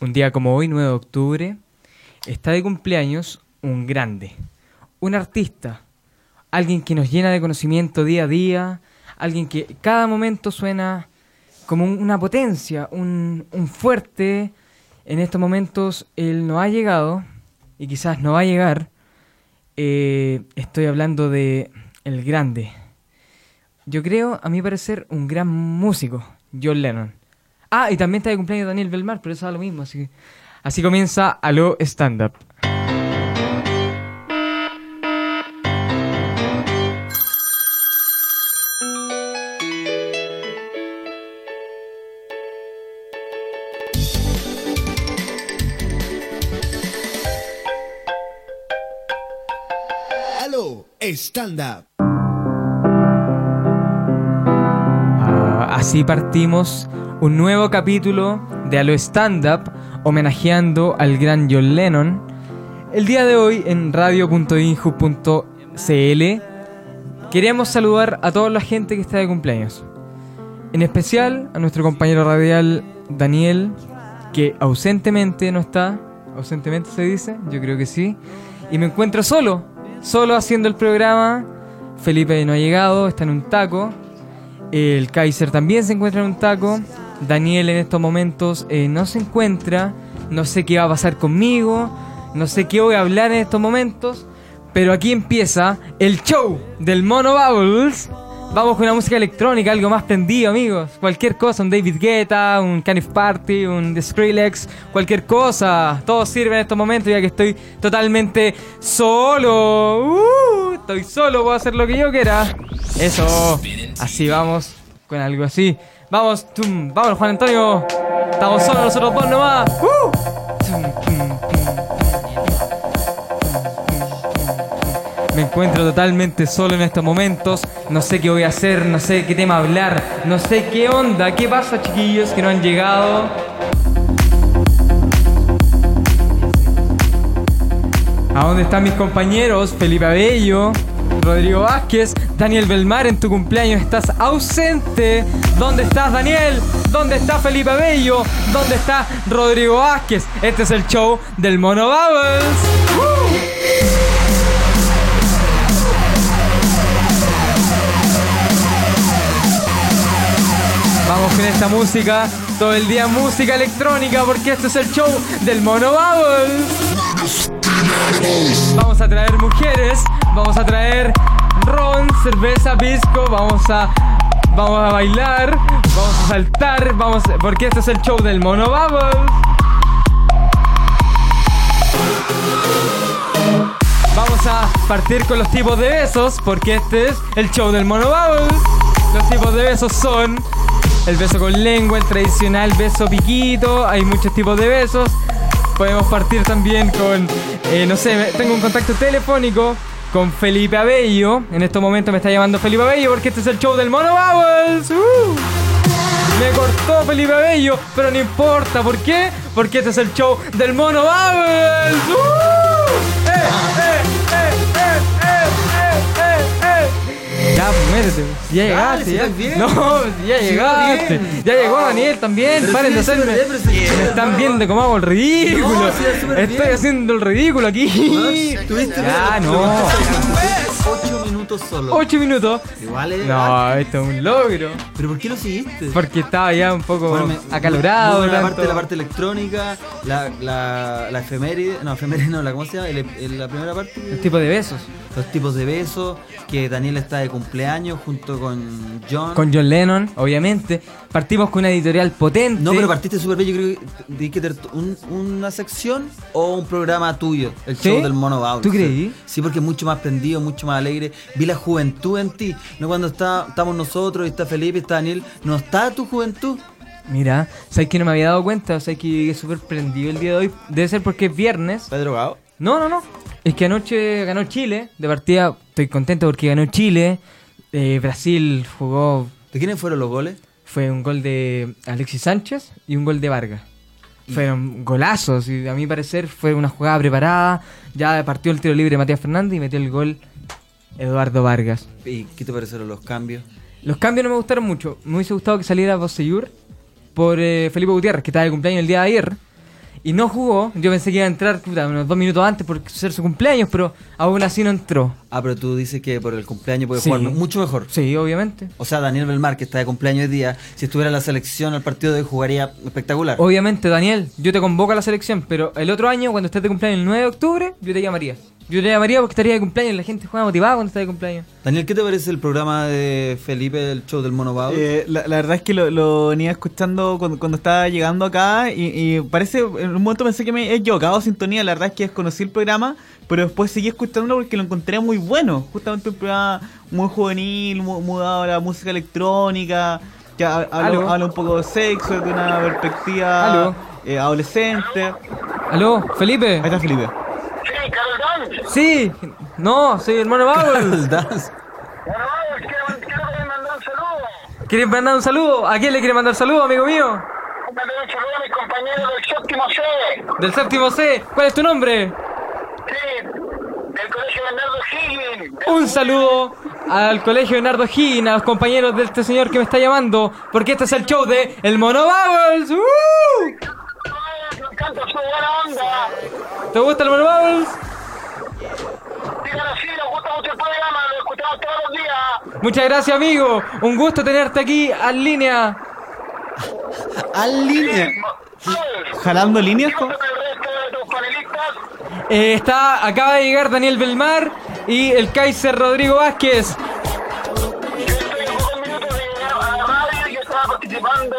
Un día como hoy, 9 de octubre, está de cumpleaños un grande, un artista, alguien que nos llena de conocimiento día a día, alguien que cada momento suena como un- una potencia, un, un fuerte. En estos momentos él no ha llegado y quizás no va a llegar. Eh, estoy hablando de el grande. Yo creo, a mi parecer, un gran músico, John Lennon. Ah, y también está de cumpleaños Daniel Belmar, pero eso da lo mismo, así que... Así comienza Aló Stand Up. Aló, stand up. Ah, así partimos un nuevo capítulo de Aló Stand Up, homenajeando al gran John Lennon. El día de hoy en radio.inju.cl queríamos saludar a toda la gente que está de cumpleaños. En especial a nuestro compañero radial Daniel, que ausentemente no está. Ausentemente se dice, yo creo que sí. Y me encuentro solo, solo haciendo el programa. Felipe no ha llegado, está en un taco. El Kaiser también se encuentra en un taco. Daniel en estos momentos eh, no se encuentra. No sé qué va a pasar conmigo. No sé qué voy a hablar en estos momentos. Pero aquí empieza el show del Mono Bubbles. Vamos con una música electrónica, algo más prendido, amigos. Cualquier cosa, un David Guetta, un Canif Party, un The Skrillex, cualquier cosa. Todo sirve en estos momentos ya que estoy totalmente solo. ¡Uh! estoy solo, puedo hacer lo que yo quiera. Eso. Así vamos con algo así. Vamos, tum, vamos Juan Antonio. Estamos solos nosotros dos nomás. ¡Uh! Tum, tum, tum. Me encuentro totalmente solo en estos momentos. No sé qué voy a hacer, no sé qué tema hablar, no sé qué onda, qué pasa chiquillos que no han llegado. ¿A dónde están mis compañeros? Felipe Abello, Rodrigo Vázquez, Daniel Belmar, en tu cumpleaños estás ausente. ¿Dónde estás, Daniel? ¿Dónde está Felipe Abello? ¿Dónde está Rodrigo Vázquez? Este es el show del Mono Bubbles. Vamos con esta música, todo el día música electrónica, porque este es el show del Mono Bubbles. Vamos a traer mujeres, vamos a traer ron, cerveza, pisco, vamos a, vamos a bailar, vamos a saltar, vamos, porque este es el show del Mono Bubbles. Vamos a partir con los tipos de besos, porque este es el show del Mono Bubbles. Los tipos de besos son el beso con lengua, el tradicional beso piquito, hay muchos tipos de besos. Podemos partir también con, eh, no sé, me- tengo un contacto telefónico con Felipe Abello. En estos momentos me está llamando Felipe Abello porque este es el show del Mono Bubbles. ¡Uh! Me cortó Felipe Bello, pero no importa, ¿por qué? Porque este es el show del Mono Bubbles. ¡Uh! ¡Eh, eh, eh, eh, eh, eh, eh, eh! Ya, pues, muérete. pues. Ya llegaste. Dale, si ya. estás bien. No, si ya Si llegaste. está bien. Ya llegó Daniel también. Pero Paren si de ya hacerme. súper bien, pero si ya Me está están bien. viendo cómo hago el ridículo. No, si ya súper Estoy bien. haciendo el ridículo aquí. Tuviste Ya, no. 8 minutos solo. Ocho minutos. Igual es. No, esto es un logro. ¿Pero por qué lo seguiste? Porque estaba ya un poco Bueno, me- acalorado. muy buena la, tanto. parte, la parte electrónica, la, la, la efeméride, no, efeméride no, la, ¿cómo se llama? El- el- la primera El parte, tipo de besos. los tipos de besos, que Daniel está de cumpleaños junto con John. Con John Lennon, obviamente. Partimos con una editorial potente. no, pero partiste súper bien, yo creo que tenías que tener un- una sección o un programa tuyo, el ¿Sí? show del mono Bauer. ¿Tú creí? Sí, porque es mucho más prendido, mucho más alegre. Vi la juventud en ti, no cuando está, estamos nosotros, y está Felipe, está Daniel, no está tu juventud. Mira, sabes que no me había dado cuenta. Sabes que llegué súper prendido el día de hoy. Debe ser porque es viernes. ¿Está drogado? No, no, no. Es que anoche ganó Chile. De partida estoy contento porque ganó Chile. Eh, Brasil jugó. ¿De quiénes fueron los goles? Fue un gol de Alexis Sánchez y un gol de Vargas. Fueron golazos y a mi parecer fue una jugada preparada. Ya partió el tiro libre Matías Fernández y metió el gol Eduardo Vargas. ¿Y qué te parecieron los cambios? Los cambios no me gustaron mucho. Me hubiese gustado que saliera Boseyur por eh, Felipe Gutiérrez, que estaba de cumpleaños el día de ayer. y no jugó. Yo pensé que iba a entrar puta, unos dos minutos antes por ser su cumpleaños, pero aún así no entró. Ah, pero tú dices que por el cumpleaños puede Sí. jugar mucho mejor. Sí, obviamente. O sea, Daniel Belmar, que está de cumpleaños hoy día, si estuviera en la selección al partido de hoy jugaría espectacular. Obviamente, Daniel, yo te convoco a la selección, pero el otro año, cuando estés de cumpleaños el 9 de octubre, yo te llamaría. Yo te llamaría porque estaría de cumpleaños, la gente juega motivada cuando está de cumpleaños. Daniel, ¿qué te parece el programa de Felipe, el show del Mono Bau? Eh, la, la verdad es que lo, lo venía escuchando cuando, cuando estaba llegando acá y, y parece, en un momento pensé que me he equivocado de sintonía, la verdad es que desconocí el programa, pero después seguí escuchándolo porque lo encontré muy bueno, justamente un programa muy juvenil, mu- muy dado a la música electrónica, que ha- Aló. habla, habla un poco de sexo, de una perspectiva Aló. eh, adolescente. ¿Aló, Felipe? Ahí está Felipe. Sí, Carol Dance. Sí, no, soy el mono Bauer. El dance. Bueno, vamos, quiero, quiero que me mandé un saludo. ¿Quieres mandar un saludo? ¿A quién le quieres mandar saludo, amigo mío? Mandé un saludo a mis compañeros del séptimo C. Del séptimo C, ¿cuál es tu nombre? Sí, del colegio Bernardo Higgins. Un saludo al colegio Bernardo Higgins, a los compañeros de este señor que me está llamando, porque este es el show de El Mono Bubbles. ¡Uh! Me encanta su buena onda. ¿Te gusta el Mono Bubbles? Digan así, nos gusta mucho el programa, lo escuchamos todos los días. Muchas gracias, amigo. Un gusto tenerte aquí en línea. ¿Al línea? Vamos. ¿Jalando líneas? ¿Qué co- onda con el resto de tus panelistas? Eh, está, acaba de llegar Daniel Belmar y el Kaiser Rodrigo Vázquez. Yo estoy a pocos minutos de llegar a la radio y estaba participando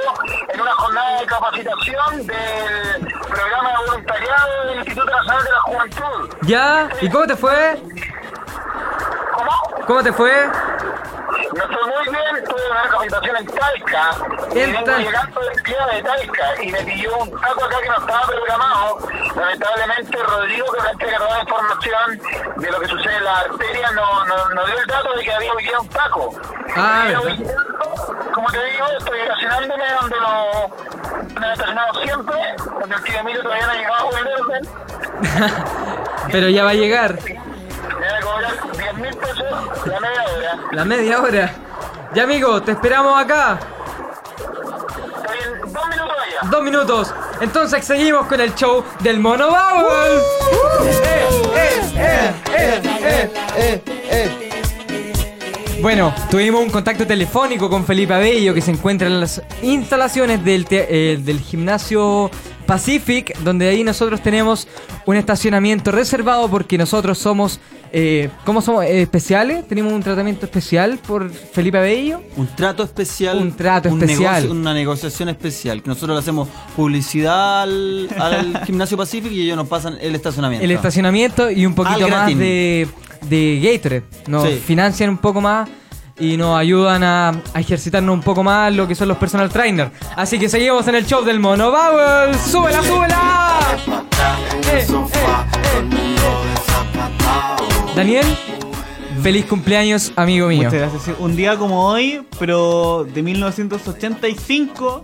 en una jornada de capacitación del programa de voluntariado del Instituto Nacional de la Juventud. ¿Ya? ¿Y cómo te fue? ¿Cómo? ¿Cómo te fue? Me fue muy bien, tuve una capacitación en Talca. y En vengo Talca. llegando del día de Talca y me pilló un taco acá que no estaba programado. Lamentablemente, Rodrigo, que me que toda la información de lo que sucede en la arteria, no, no, no dio el dato de que había hoy día un taco. Ah, Pero, verdad. como te digo, estoy estacionándome donde lo donde me he estacionado siempre, donde el tío Emilio todavía no ha llegado a volverse. Pero ya va a llegar Me va a cobrar 10 mil pesos la media hora. la media hora. Ya, amigo, te esperamos acá. Estoy en dos minutos allá. Dos minutos. Entonces seguimos con el show del Mono Bauer. Bueno, tuvimos un contacto telefónico con Felipe Abello que se encuentra en las instalaciones del, te- eh, del gimnasio Pacific, donde ahí nosotros tenemos un estacionamiento reservado porque nosotros somos, eh, ¿cómo somos? Eh, especiales, tenemos un tratamiento especial por Felipe Abello. Un trato especial. Un trato especial. negocio- una negociación especial. Que nosotros le hacemos publicidad al, al gimnasio Pacific y ellos nos pasan el estacionamiento. El estacionamiento y un poquito Al más gratín. de, de Gatorade. Nos Sí. financian un poco más y nos ayudan a, a ejercitarnos un poco más lo que son los personal trainers. Así que seguimos en el show del Mono Bauer. ¡Súbela, súbela! Eh, eh, eh. Daniel, feliz cumpleaños, amigo mío. Muchas gracias. Sí, este Un día como hoy, pero de 1985,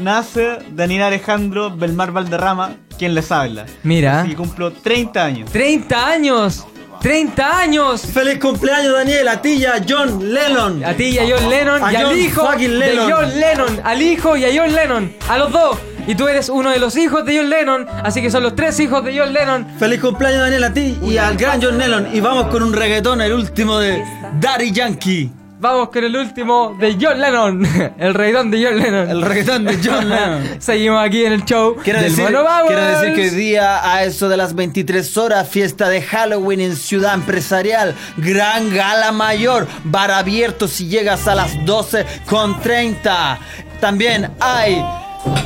nace Daniel Alejandro Belmar Valderrama, quien les habla. Mira. Y cumplo 30 años. 30 años. 30 años. ¡Feliz cumpleaños, Daniel! A ti y a John Lennon. A ti y a John Lennon A y al John hijo fucking Lennon. de John Lennon. Al hijo y a John Lennon. A los dos. Y tú eres uno de los hijos de John Lennon. Así que son los tres hijos de John Lennon. ¡Feliz cumpleaños, Daniel! A ti y al gran John Lennon. Y vamos con un reggaetón, el último de Daddy Yankee. Vamos con el último de John Lennon. El reidón de John Lennon. El reggaetón de John Lennon. Seguimos aquí en el show Quiero del decir, Mono Bauer. quiero decir que hoy día a eso de las 23 horas, fiesta de Halloween en Ciudad Empresarial, Gran Gala Mayor, bar abierto si llegas a las 12 con 30. También hay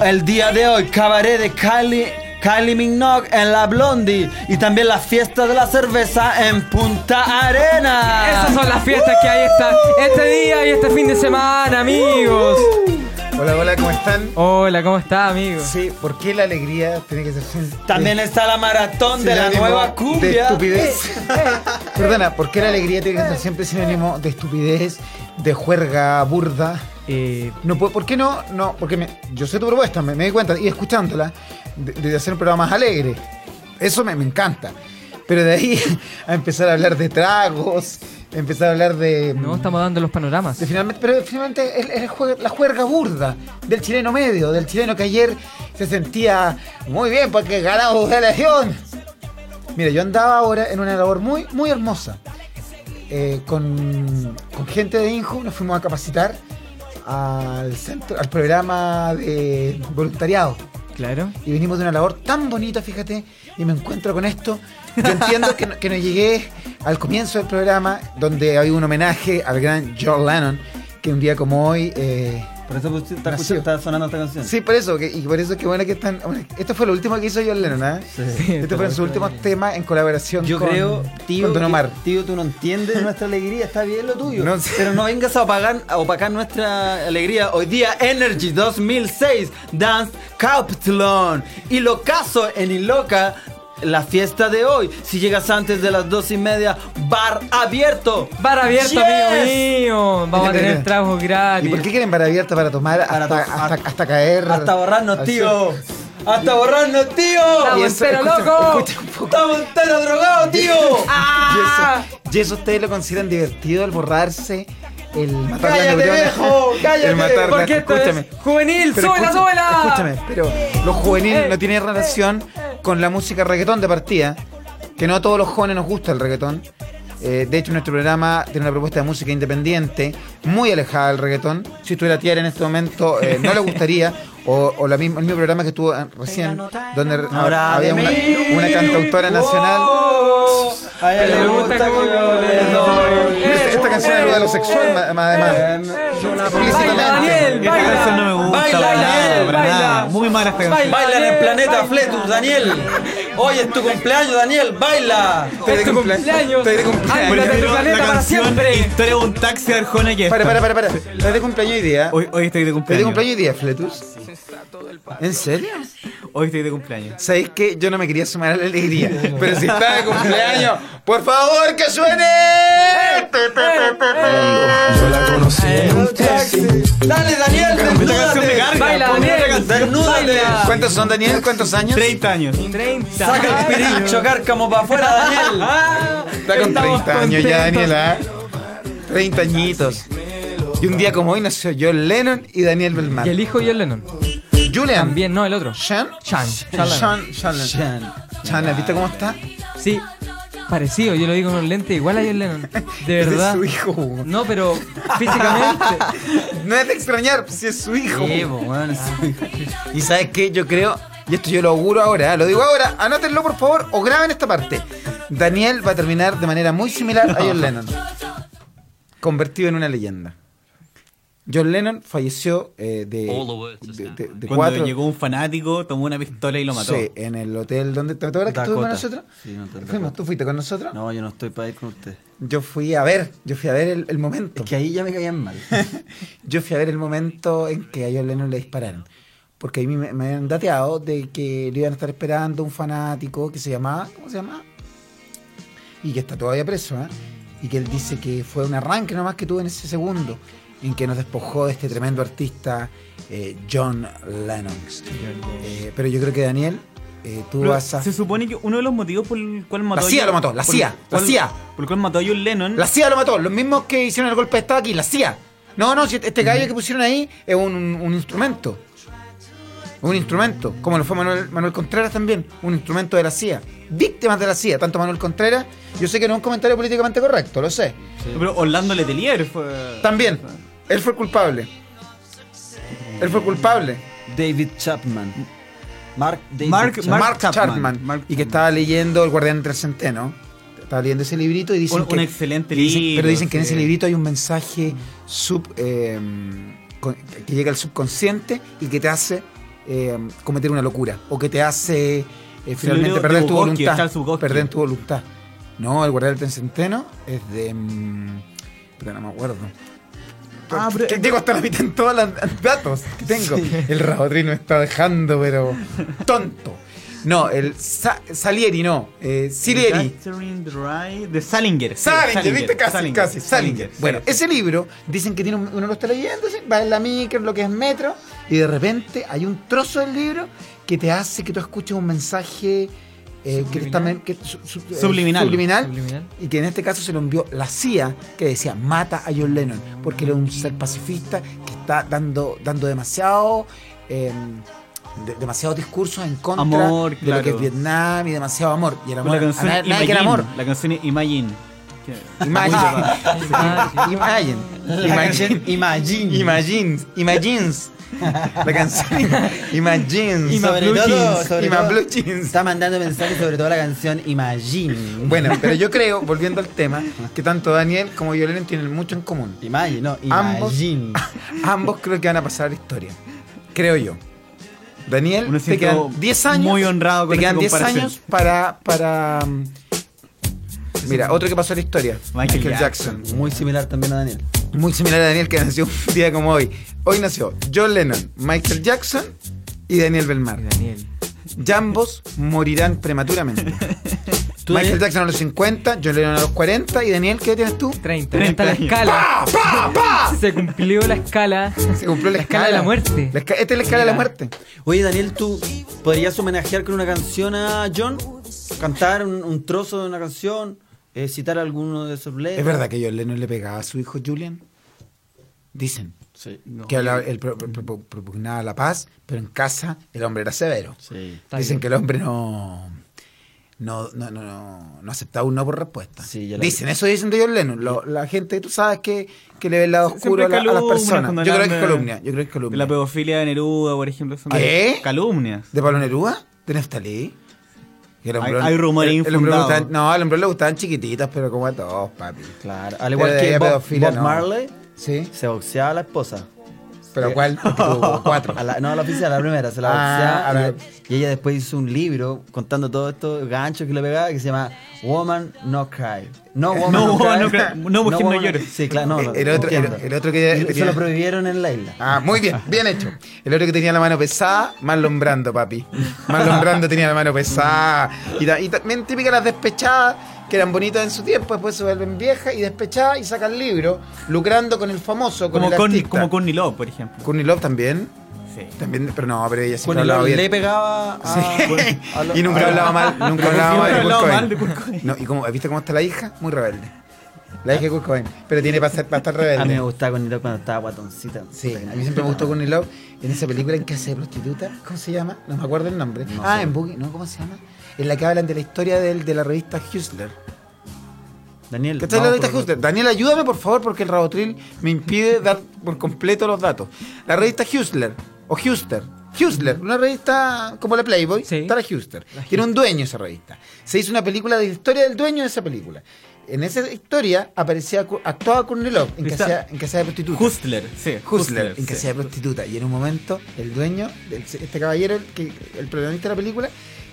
el día de hoy, cabaret de Kylie. Kylie Minogue en la Blondie y también la fiesta de la cerveza en Punta Arena. Esas son las fiestas que hay esta, este día y este fin de semana, amigos. Uh. Hola, hola, ¿cómo están? Hola, ¿cómo estás, amigos? Sí, ¿por qué la alegría tiene que ser sin- También está la maratón de la sinónimo nueva cumbia. De estupidez. Perdona, ¿por qué la alegría tiene que ser siempre sinónimo de estupidez, de juerga burda? Eh, No, puedo- ¿Por qué no? No, porque me- yo sé tu propuesta, me, me di cuenta, y escuchándola, de, de hacer un programa más alegre. Eso me, me encanta. Pero de ahí a empezar a hablar de tragos, empezar a hablar de. No, estamos dando los panoramas. de finalmente, pero finalmente es, es el jue- la juerga burda del chileno medio, del chileno que ayer se sentía muy bien porque ganamos la elección. Mira, yo andaba ahora en una labor muy, muy hermosa. Eh, con, con gente de Inju nos fuimos a capacitar al centro, al programa de voluntariado Claro. y venimos de una labor tan bonita, fíjate, y me encuentro con esto. Yo entiendo que, no- que no llegué al comienzo del programa, donde hay un homenaje al gran John Lennon, que un día como hoy... eh, Por eso usted está, Nació. escuchando- está sonando esta canción. Sí, por eso, que- y por eso que bueno que están... bueno, esto fue lo último que hizo John Lennon, ¿ah? Este fue su último tema en colaboración Yo con, creo, tío, con Don que- Omar. tío, tú no entiendes nuestra alegría, está bien lo tuyo. No sé. Pero no vengas a opacar, a opacar nuestra alegría. Hoy día Energy 2006, Dance Captlon y Locazo en Iloca. La fiesta de hoy, si llegas antes de las dos y media, bar abierto. Bar abierto, amigo mío. Vamos a tener tragos ¿Y gratis. por qué quieren bar abierta para tomar hasta, Ah, Para to- hasta, hasta caer? Hasta borrarnos, al tío. sur? Hasta borrarnos, tío. Estamos Y eso, enteros escucha, locos. escucha un poco. Estamos enteros drogados, tío. ¡Ah! Y eso, y eso ustedes lo consideran divertido, el borrarse, el matar Cállate, las neuronas. viejo, cállate, el matar las- Porque esto escúchame. es juvenil. Pero ¡Súbela, escucha- súbela! Escúchame, pero lo juvenil Eh, no tiene relación con la música reggaetón de partida, que no a todos los jóvenes nos gusta el reggaetón. Eh, de hecho, nuestro programa tiene una propuesta de música independiente, muy alejada del reggaetón. Si estuviera Tiara en este momento, eh, no le gustaría. O, o la misma, el mismo programa que estuvo eh, recién, donde Ahora había de una, mí. una cantautora nacional. A ella le gusta que yo le doy. Eh, Esta, esta canción habla de lo sexual, ma- ma- además. Baila, Daniel, Esta baila. canción no me gusta Baila, para nada, Daniel, para baila. nada. Muy mala esta canción. Baila. Baila en el planeta Daniel, Fletus, Daniel. Hoy es tu cumpleaños, Daniel. Baila. Es tu cumpleaños. Estoy de cumpleaños. Ándate Por de tu ejemplo, planeta la para canción siempre. Historia de un taxi de Arjona que es Para, esta. para, para, para. ¿Estás de cumpleaños hoy día? Hoy, hoy estoy de ¿Estás de cumpleaños. cumpleaños hoy día, Fletus? ¿En serio? Hoy estoy de cumpleaños. ¿Sabéis que yo no me quería sumar a la alegría? Pero si está de cumpleaños, por favor que Eh. suene. Yo la conocí en un taxi. Dale, Daniel, Esta canción me desnúdate. carga. Baila, ponme otra Daniel. canción. Desnúdate. Baila. ¿Cuántos son, Daniel? ¿Cuántos años? 30 años. 30. Saca el pirincho, cárcamo para afuera, Daniel. Está con 30 años ya, Daniel, ¿ah? 30 añitos. Y un día como hoy nació John Lennon y Daniel Y el Belmar. hijo John Lennon. Julian. También, no, el otro. Sean. Chan. Chan Lennon. Sean. Sean. Lennon. Sean. Lennon, ¿Viste cómo está? Sí, parecido, yo lo digo con un lente igual a John Lennon. De Ese verdad. Es su hijo. Hugo. No, pero físicamente. No es de extrañar pues, si es su hijo. Sí, po, weón, es- Y sabes qué, yo creo, y esto yo lo auguro ahora, ¿eh? lo digo ahora, anótenlo por favor o graben esta parte. Daniel va a terminar de manera muy similar a John Lennon, convertido en una leyenda. John Lennon falleció eh, de, de, de- de Cuando cuatro. llegó un fanático, tomó una pistola y lo mató. Sí, en el hotel donde ¿te acuerdas que estuvo con Dakota. nosotros? Sí, no, Dakota. Fuimos, tú fuiste con nosotros. No, yo no estoy para ir con usted. Yo fui a ver, yo fui a ver el, el momento. Es que ahí ya me caían mal. Yo fui a ver el momento en que a John Lennon le dispararon. Porque a mí me, me habían dateado de que le iban a estar esperando un fanático que se llamaba. ¿Cómo se llamaba? Y que está todavía preso, ¿eh? Y que él dice que fue un arranque nomás que tuvo en ese segundo. En que nos despojó de este tremendo artista, eh, John Lennon. Eh, pero yo creo que Daniel, eh, tú Pero vas a. Se supone que uno de los motivos por el cual mató La CIA a- lo mató, la por- CIA, la cual- CIA. Por el cual mató a John Lennon. La CIA lo mató, los mismos que hicieron el golpe de Estado aquí, la CIA. No, no, si este gallo que pusieron ahí es un, un instrumento. Un instrumento, como lo fue Manuel, Manuel Contreras también, un instrumento de la CIA. Víctimas de la CIA, tanto Manuel Contreras, yo sé que no es un comentario políticamente correcto, lo sé. Pero Orlando Letelier fue. También, él fue el culpable. Él fue el culpable. David Chapman. Mark, David Mark- Chapman. Mark, Chapman. Chapman, Mark y que estaba leyendo El Guardián entre el Centeno. Estaba leyendo ese librito y dicen Un- que. un excelente y dicen- libro, Pero dicen que en sí. Mm. ese librito hay un mensaje sub. eh, con- que llega al subconsciente y que te hace eh, cometer una locura. O que te hace eh, finalmente leo perder de tu Bukowski, voluntad. Charles Bukowski. Perder tu voluntad. No, El Guardián del Centeno es de. mm, puta, no me acuerdo. Ah, pero- Que llego hasta la mitad en todos los datos que tengo. El Rabotril me está dejando, pero tonto. No, el Sa- Salieri no. Eh, Silieri. Catherine Dry- De Salinger. sí, Salinger, ¿viste? Casi, Salinger, casi. Salinger. sí. Bueno, ese libro, dicen que tiene un- uno lo está leyendo, sí, va en la micro, en lo que es metro, y de repente hay un trozo del libro que te hace que tú escuches un mensaje eh, que también- que su- su- eh, Subliminal. subliminal, Subliminal. y que en este caso se lo envió la CIA, que decía mata a John Lennon, porque era un ser pacifista que está dando, dando demasiado. eh, de- demasiados discursos en contra Amor, de claro. lo que es Vietnam y demasiado amor y el Con la amor canción nada- nada que el Imagine, amor La canción Imagine. Imagine. Ah, Imagine. Imagine. Imagine. Imagines. Imagines. La canción Imagines. Ima Sobre Blue todo- Jeans. sobre Ima todo- Blue Jeans. Está mandando mensajes sobre todo la canción Imagine. Bueno, pero yo creo, volviendo al tema, que tanto Daniel como Yolene tienen mucho en común. Imagine, no, Ambos- Imagine. Ambos creo que van a pasar a la historia. Creo yo. Daniel, Me te siento quedan 10 años. muy honrado con Te quedan esa 10 comparación. años para. para mm, Mira, otro que pasó a la historia. Michael Michael, Jackson. Muy similar también a Daniel. Muy similar a Daniel que nació un día como hoy. Hoy nació John Lennon, Michael Jackson y Daniel Belmar. Daniel. Y ambos morirán prematuramente. ¿Tú, Michael Daniel? Jackson a los 50, John Lennon a los 40 y Daniel, ¿qué edad tienes tú? 30. Está la escala. Se cumplió la escala. Se cumplió la, La escala de la muerte. La esca- esta es la escala de la muerte. Oye, Daniel, ¿tú podrías homenajear con una canción a John? ¿Cantar un, un trozo de una canción? Eh, ¿Citar alguno de sus letras? ¿Es verdad que John Lennon le pegaba a su hijo Julian? Dicen Sí, no. que la- él pro- pro- pro- propugnaba la paz, pero en casa el hombre era severo. Sí. Está Dicen bien. que el hombre no no, no, no, no- no aceptaba un no por respuesta. Sí, ya la- dicen, eso dicen de John Lennon. Lo- la gente, tú sabes que, que le ve el lado Sie- oscuro a, siempre la- a las calumnias personas. cuando Yo creo que hablan es de- columna. Yo creo que es De columna. la pedofilia de Neruda, por ejemplo. Son ¿Qué? Calumnias. ¿De Pablo Neruda? ¿De Neftalí? El Hay- el- hay rumores el hombre le infundados. gustaban- No, al hombre le gustaban chiquititas, pero como a todos, papi. Claro, al Pero igual de ahí que a Bob, pedofilia, Bob no. Marley, Sí. se boxeaba a la esposa. ¿Pero cuál? Porque hubo cuatro. A la- no, a la oficial, a la primera, se la Ah, boxeaba. a y- ver. y, ella después hizo un libro contando todos estos ganchos que le pegaba que se llama Woman No Cry. No Woman No No, woman Cry. no cry. No mujer no woman llore. Sí, claro, no. El- no, el otro- entiendo. el- el otro que ella Y lo- tenía- Se lo prohibieron en la isla. Ah, muy bien, bien hecho. El otro que tenía la mano pesada, Marlon Brando, papi. Marlon Brando tenía la mano pesada. Y, ta- y también típica las despechadas, que eran bonitas en su tiempo, después se vuelven viejas y despechadas y sacan libro, lucrando con el famoso, con Como el con, artista. como con Nilo, por ejemplo. Courtney Love también. Sí. También, pero no, pero ella siempre Bueno, hablaba y bien. le pegaba a, a lo- y nunca a- hablaba mal, nunca hablaba mal siempre de Kurt hablaba Cobain. mal de Kurt Cobain. No, y como, ¿viste cómo está la hija? Muy rebelde. La hija de Kurt Cobain. Pero tiene para, ser, para estar rebelde. A mí me gustaba con Nilo cuando estaba guatoncita. Sí, Puta que a no. mí siempre me gustó Courtney Love en esa película en que hace de prostituta. ¿Cómo se llama? No me acuerdo el nombre. ah, en Boogie, ¿no? ¿Cómo se llama? En la que hablan de la historia del, de la revista Hustler. Daniel. ¿Cachai la vamos revista por- Hustler? Daniel, ayúdame por favor porque el Rabotril me impide dar por completo los datos. La revista Hustler, o Hustler. Hustler, una revista como la Playboy, Sí. está la Hustler. Tiene un dueño esa revista. Se hizo una película de la historia del dueño de esa película. En esa historia aparecía, actuaba Courtney Love en que Está- hacía en que hacía de prostituta. Hustler, sí. Hustler, en que sí. sea prostituta. Y en un momento, el dueño, el- este caballero, el, que, el protagonista de la película,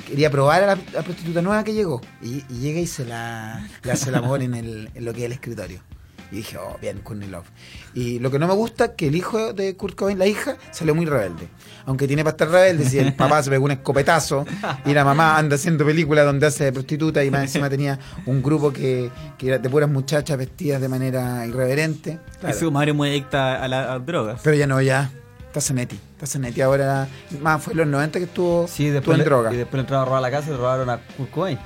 quería probar a la, la prostituta nueva que llegó. Y, y llega y se la, le hace el amor en, el- en lo que es el escritorio. Y dije, oh, bien, Courtney Love. Y lo que no me gusta es que el hijo de Kurt Cobain, la hija, salió muy rebelde. Aunque tiene para estar rebelde, si el papá se pegó un escopetazo y la mamá anda haciendo películas donde hace de prostituta y más encima tenía un grupo que, que era de puras muchachas vestidas de manera irreverente. Y su madre muy adicta a las drogas. Pero ya no, ya. Está Zanetti. Está Zanetti ahora. Más fue en los 90 que estuvo, Sí, estuvo después. en le- droga. Y después le entraron a robar la casa y le robaron a Kurt Cobain.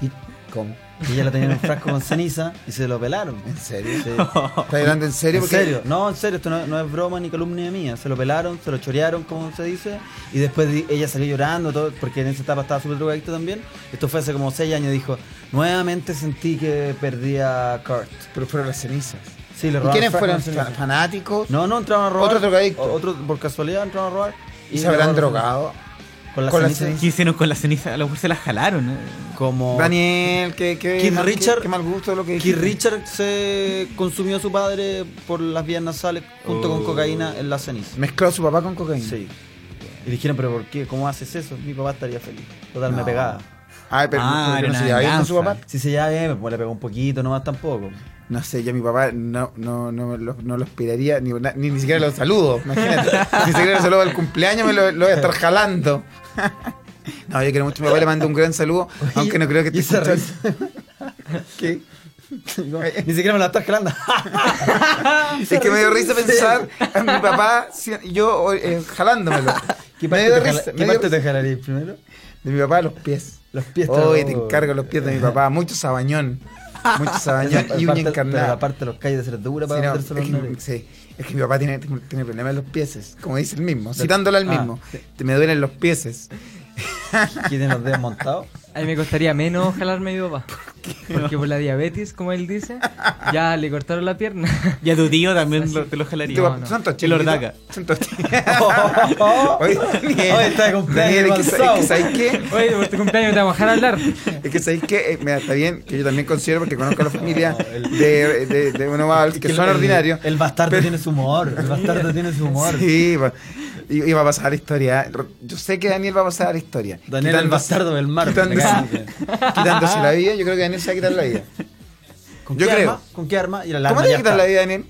¿Y cómo? Y ella la tenía en un frasco con ceniza y se lo pelaron. ¿En serio? Sí. ¿Estás hablando en serio? ¿En Porque- serio? No, en serio, esto no, no es broma ni calumnia mía. Se lo pelaron, se lo chorearon, como se dice. Y después di- ella salió llorando, todo, porque en esa etapa estaba súper drogadicto también. Esto fue hace como 6 años. Dijo: Nuevamente sentí que perdí a Kurt. Pero fueron las cenizas. Sí, ¿Y le robaron quiénes frasco fueron? con ceniza. Fa- ¿Fanáticos? No, no, entraron a robar. Otro drogadicto. O- Otro, por casualidad entraron a robar. ¿Y le se habrán robaron- drogado? Con la con la ceniza. ceniza. ¿Qué hicieron con la ceniza? A lo mejor se la jalaron. ¿eh? Como. Daniel, qué, qué, Keith mal- qué- Richard. qué mal gusto lo que Keith dijiste. Richard se consumió a su padre por las vías nasales junto Oh. con cocaína en la ceniza. Mezcló a su papá con cocaína. Sí. Y dijeron, pero ¿por qué? ¿Cómo haces eso? Mi papá estaría feliz. Total, me No. pegaba. Ay, pero, Ah, pero era no una se llevaba bien con su venganza. papá. Si se llevaba bien, pues le pegó un poquito, nomás tampoco. No sé, yo a mi papá no, no, no, lo, no lo aspiraría, ni, na- ni, ni siquiera lo saludo, imagínate. ni siquiera lo saludo al cumpleaños, me lo, lo voy a estar jalando. no, yo quiero mucho a mi papá, le mando un gran saludo, aunque no creo que y esté esa escuchando. ¿Qué? Ni siquiera me la estás jalando. Es que me dio risa pensar a mi papá si- yo eh, jalándomelo. ¿Qué me parte, dio risa, te, me jala- ¿qué dio parte te risa. jalarías primero? De mi papá, los pies. Los pies. Hoy oh. te encargo los pies de mi papá. Mucho sabañón. Mucho sabañón Aparte- y uña pero encarnada. Aparte los calles de ser dura Sí, para no, meterse los es, que, nervios. sí, es que mi papá tiene, tiene problemas en los pieses, como dice el mismo, citándolo al mismo. Te me duelen los pieses. ¿Quién nos desmontado? A mí me costaría menos jalarme mi papá. Porque por la diabetes, como él dice, ya le cortaron la pierna. Y a tu tío también Así. lo- te lo Y jalaría. tú, No, no. Son El tochillos. Ordaca. Son tochillos. Hoy está de Daniel, es que sa- cumpleaños. es que ¿sabes qué? Oye, por tu cumpleaños te vamos a dejar hablar. Es que sabéis que, eh, mira, está bien, que yo también considero, porque conozco a la familia de, de, de uno más, que el- son el- ordinarios. El bastardo Pero- tiene su humor. El bastardo tiene su humor. Sí, va- y, y va a pasar a la historia. Yo sé que Daniel va a pasar a la historia. Daniel el Quitándose- bastardo del mar. me cae Quitándose, bien. quitándose la vida, yo creo que Daniel se va a quitar la vida. ¿Con Yo qué creo. arma? ¿Con qué arma? Y la ¿Cómo alarma te ya quitas está. la vida, Daniel?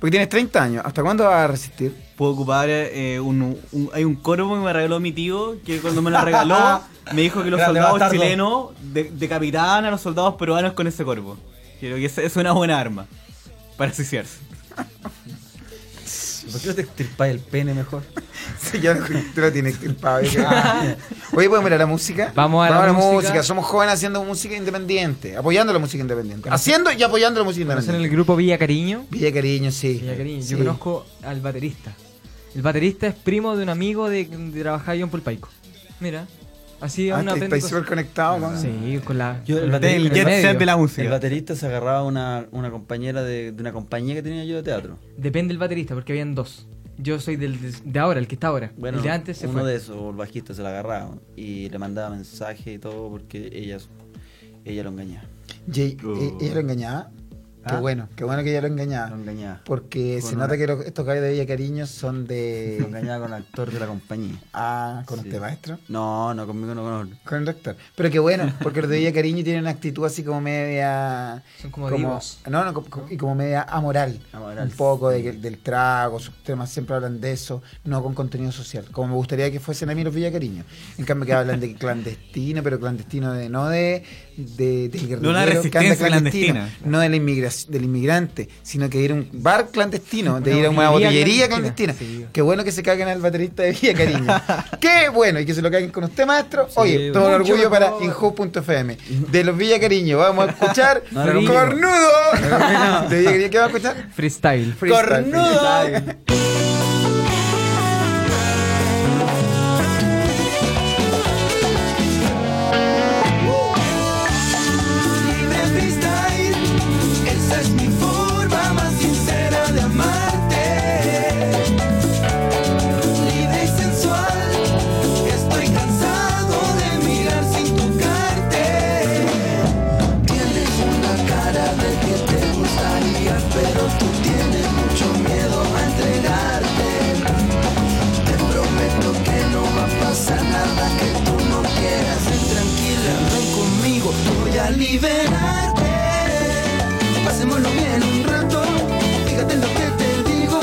Porque tienes 30 años. ¿Hasta cuándo vas a resistir? Puedo ocupar eh, un, un- Hay un corvo que me regaló mi tío, que cuando me lo regaló, me dijo que los Grande soldados bastardo. chilenos de- decapitaban a los soldados peruanos con ese corvo. Creo que esa es una buena arma para asociarse. ¿Por qué no te extirpáis el pene mejor? Sí, ya tú lo tienes extirpado. yo creo. Ah. Oye, podemos ir a la música. Vamos a la música. Somos jóvenes haciendo música independiente, apoyando la música independiente. Haciendo y apoyando la música Conocen independiente. el grupo Villa Cariño. Villa Cariño, sí. Villa Cariño. Sí. Yo conozco al baterista. El baterista es primo de un amigo de, de trabajar yo en Pulpaico. Mira, así es Ah, una te- estáis súper conectado con. Sí, con la. Yo, el con la- con baterista- Del el jet set medio. de la El música. baterista se agarraba a una, una compañera de, de una compañía que tenía yo de teatro. Depende del baterista, porque habían dos. Yo soy del de- de ahora, el que está ahora. Bueno, el de antes se uno fue. de esos, o el bajista, se la agarraba y le mandaba mensaje y todo porque ella, ella lo engañaba. Jay, eh, ¿Ella lo engañaba? Qué ¿Ah? bueno, qué bueno que ella lo engañaba. Lo engañaba. Porque Con se una- nota que los- estos gallos de Villa Cariño son Lo de. engañaba con el actor de la compañía. Ah, con Sí. este maestro. No, no, conmigo no conozco. Con el rector. Pero qué bueno, porque los de Villa Cariño tienen una actitud así como media. Son como divos. No, no, como- como- y como media amoral. Amoral, Un poco de que- del trago, sus temas siempre hablan de eso, no con contenido social. Como me gustaría que fuesen a mí los Villa Cariño. En cambio, que hablan de clandestino, pero clandestino de no de, de, del guerrillero una que anda resistencia clandestino, clandestina. No de la inmigración, del inmigrante, sino que ir a un bar clandestino, de Una ir a una botillería botillería clandestina. clandestina. Sí. Qué bueno que se caguen al baterista de Villa Cariño. Qué bueno, y que se lo caguen con usted, maestro. Oye, todo el orgullo para Injo.fm. De los Villa Cariño, vamos a escuchar No, era lo mismo. Cornudo. De Villa Cariño, ¿qué vamos a escuchar? Freestyle. Freestyle, freestyle. libre freestyle. Esa es mi forma más sincera de amarte. Libre y sensual, estoy cansado de mirar sin tocarte. Tienes una cara de que te gustaría, pero tú tienes mucho miedo a entregarte. Te prometo que no va a pasar nada que tú no quieras. Ven tranquila, ven conmigo, voy a liberarte. Pasémoslo bien un rato, fíjate en lo que te digo.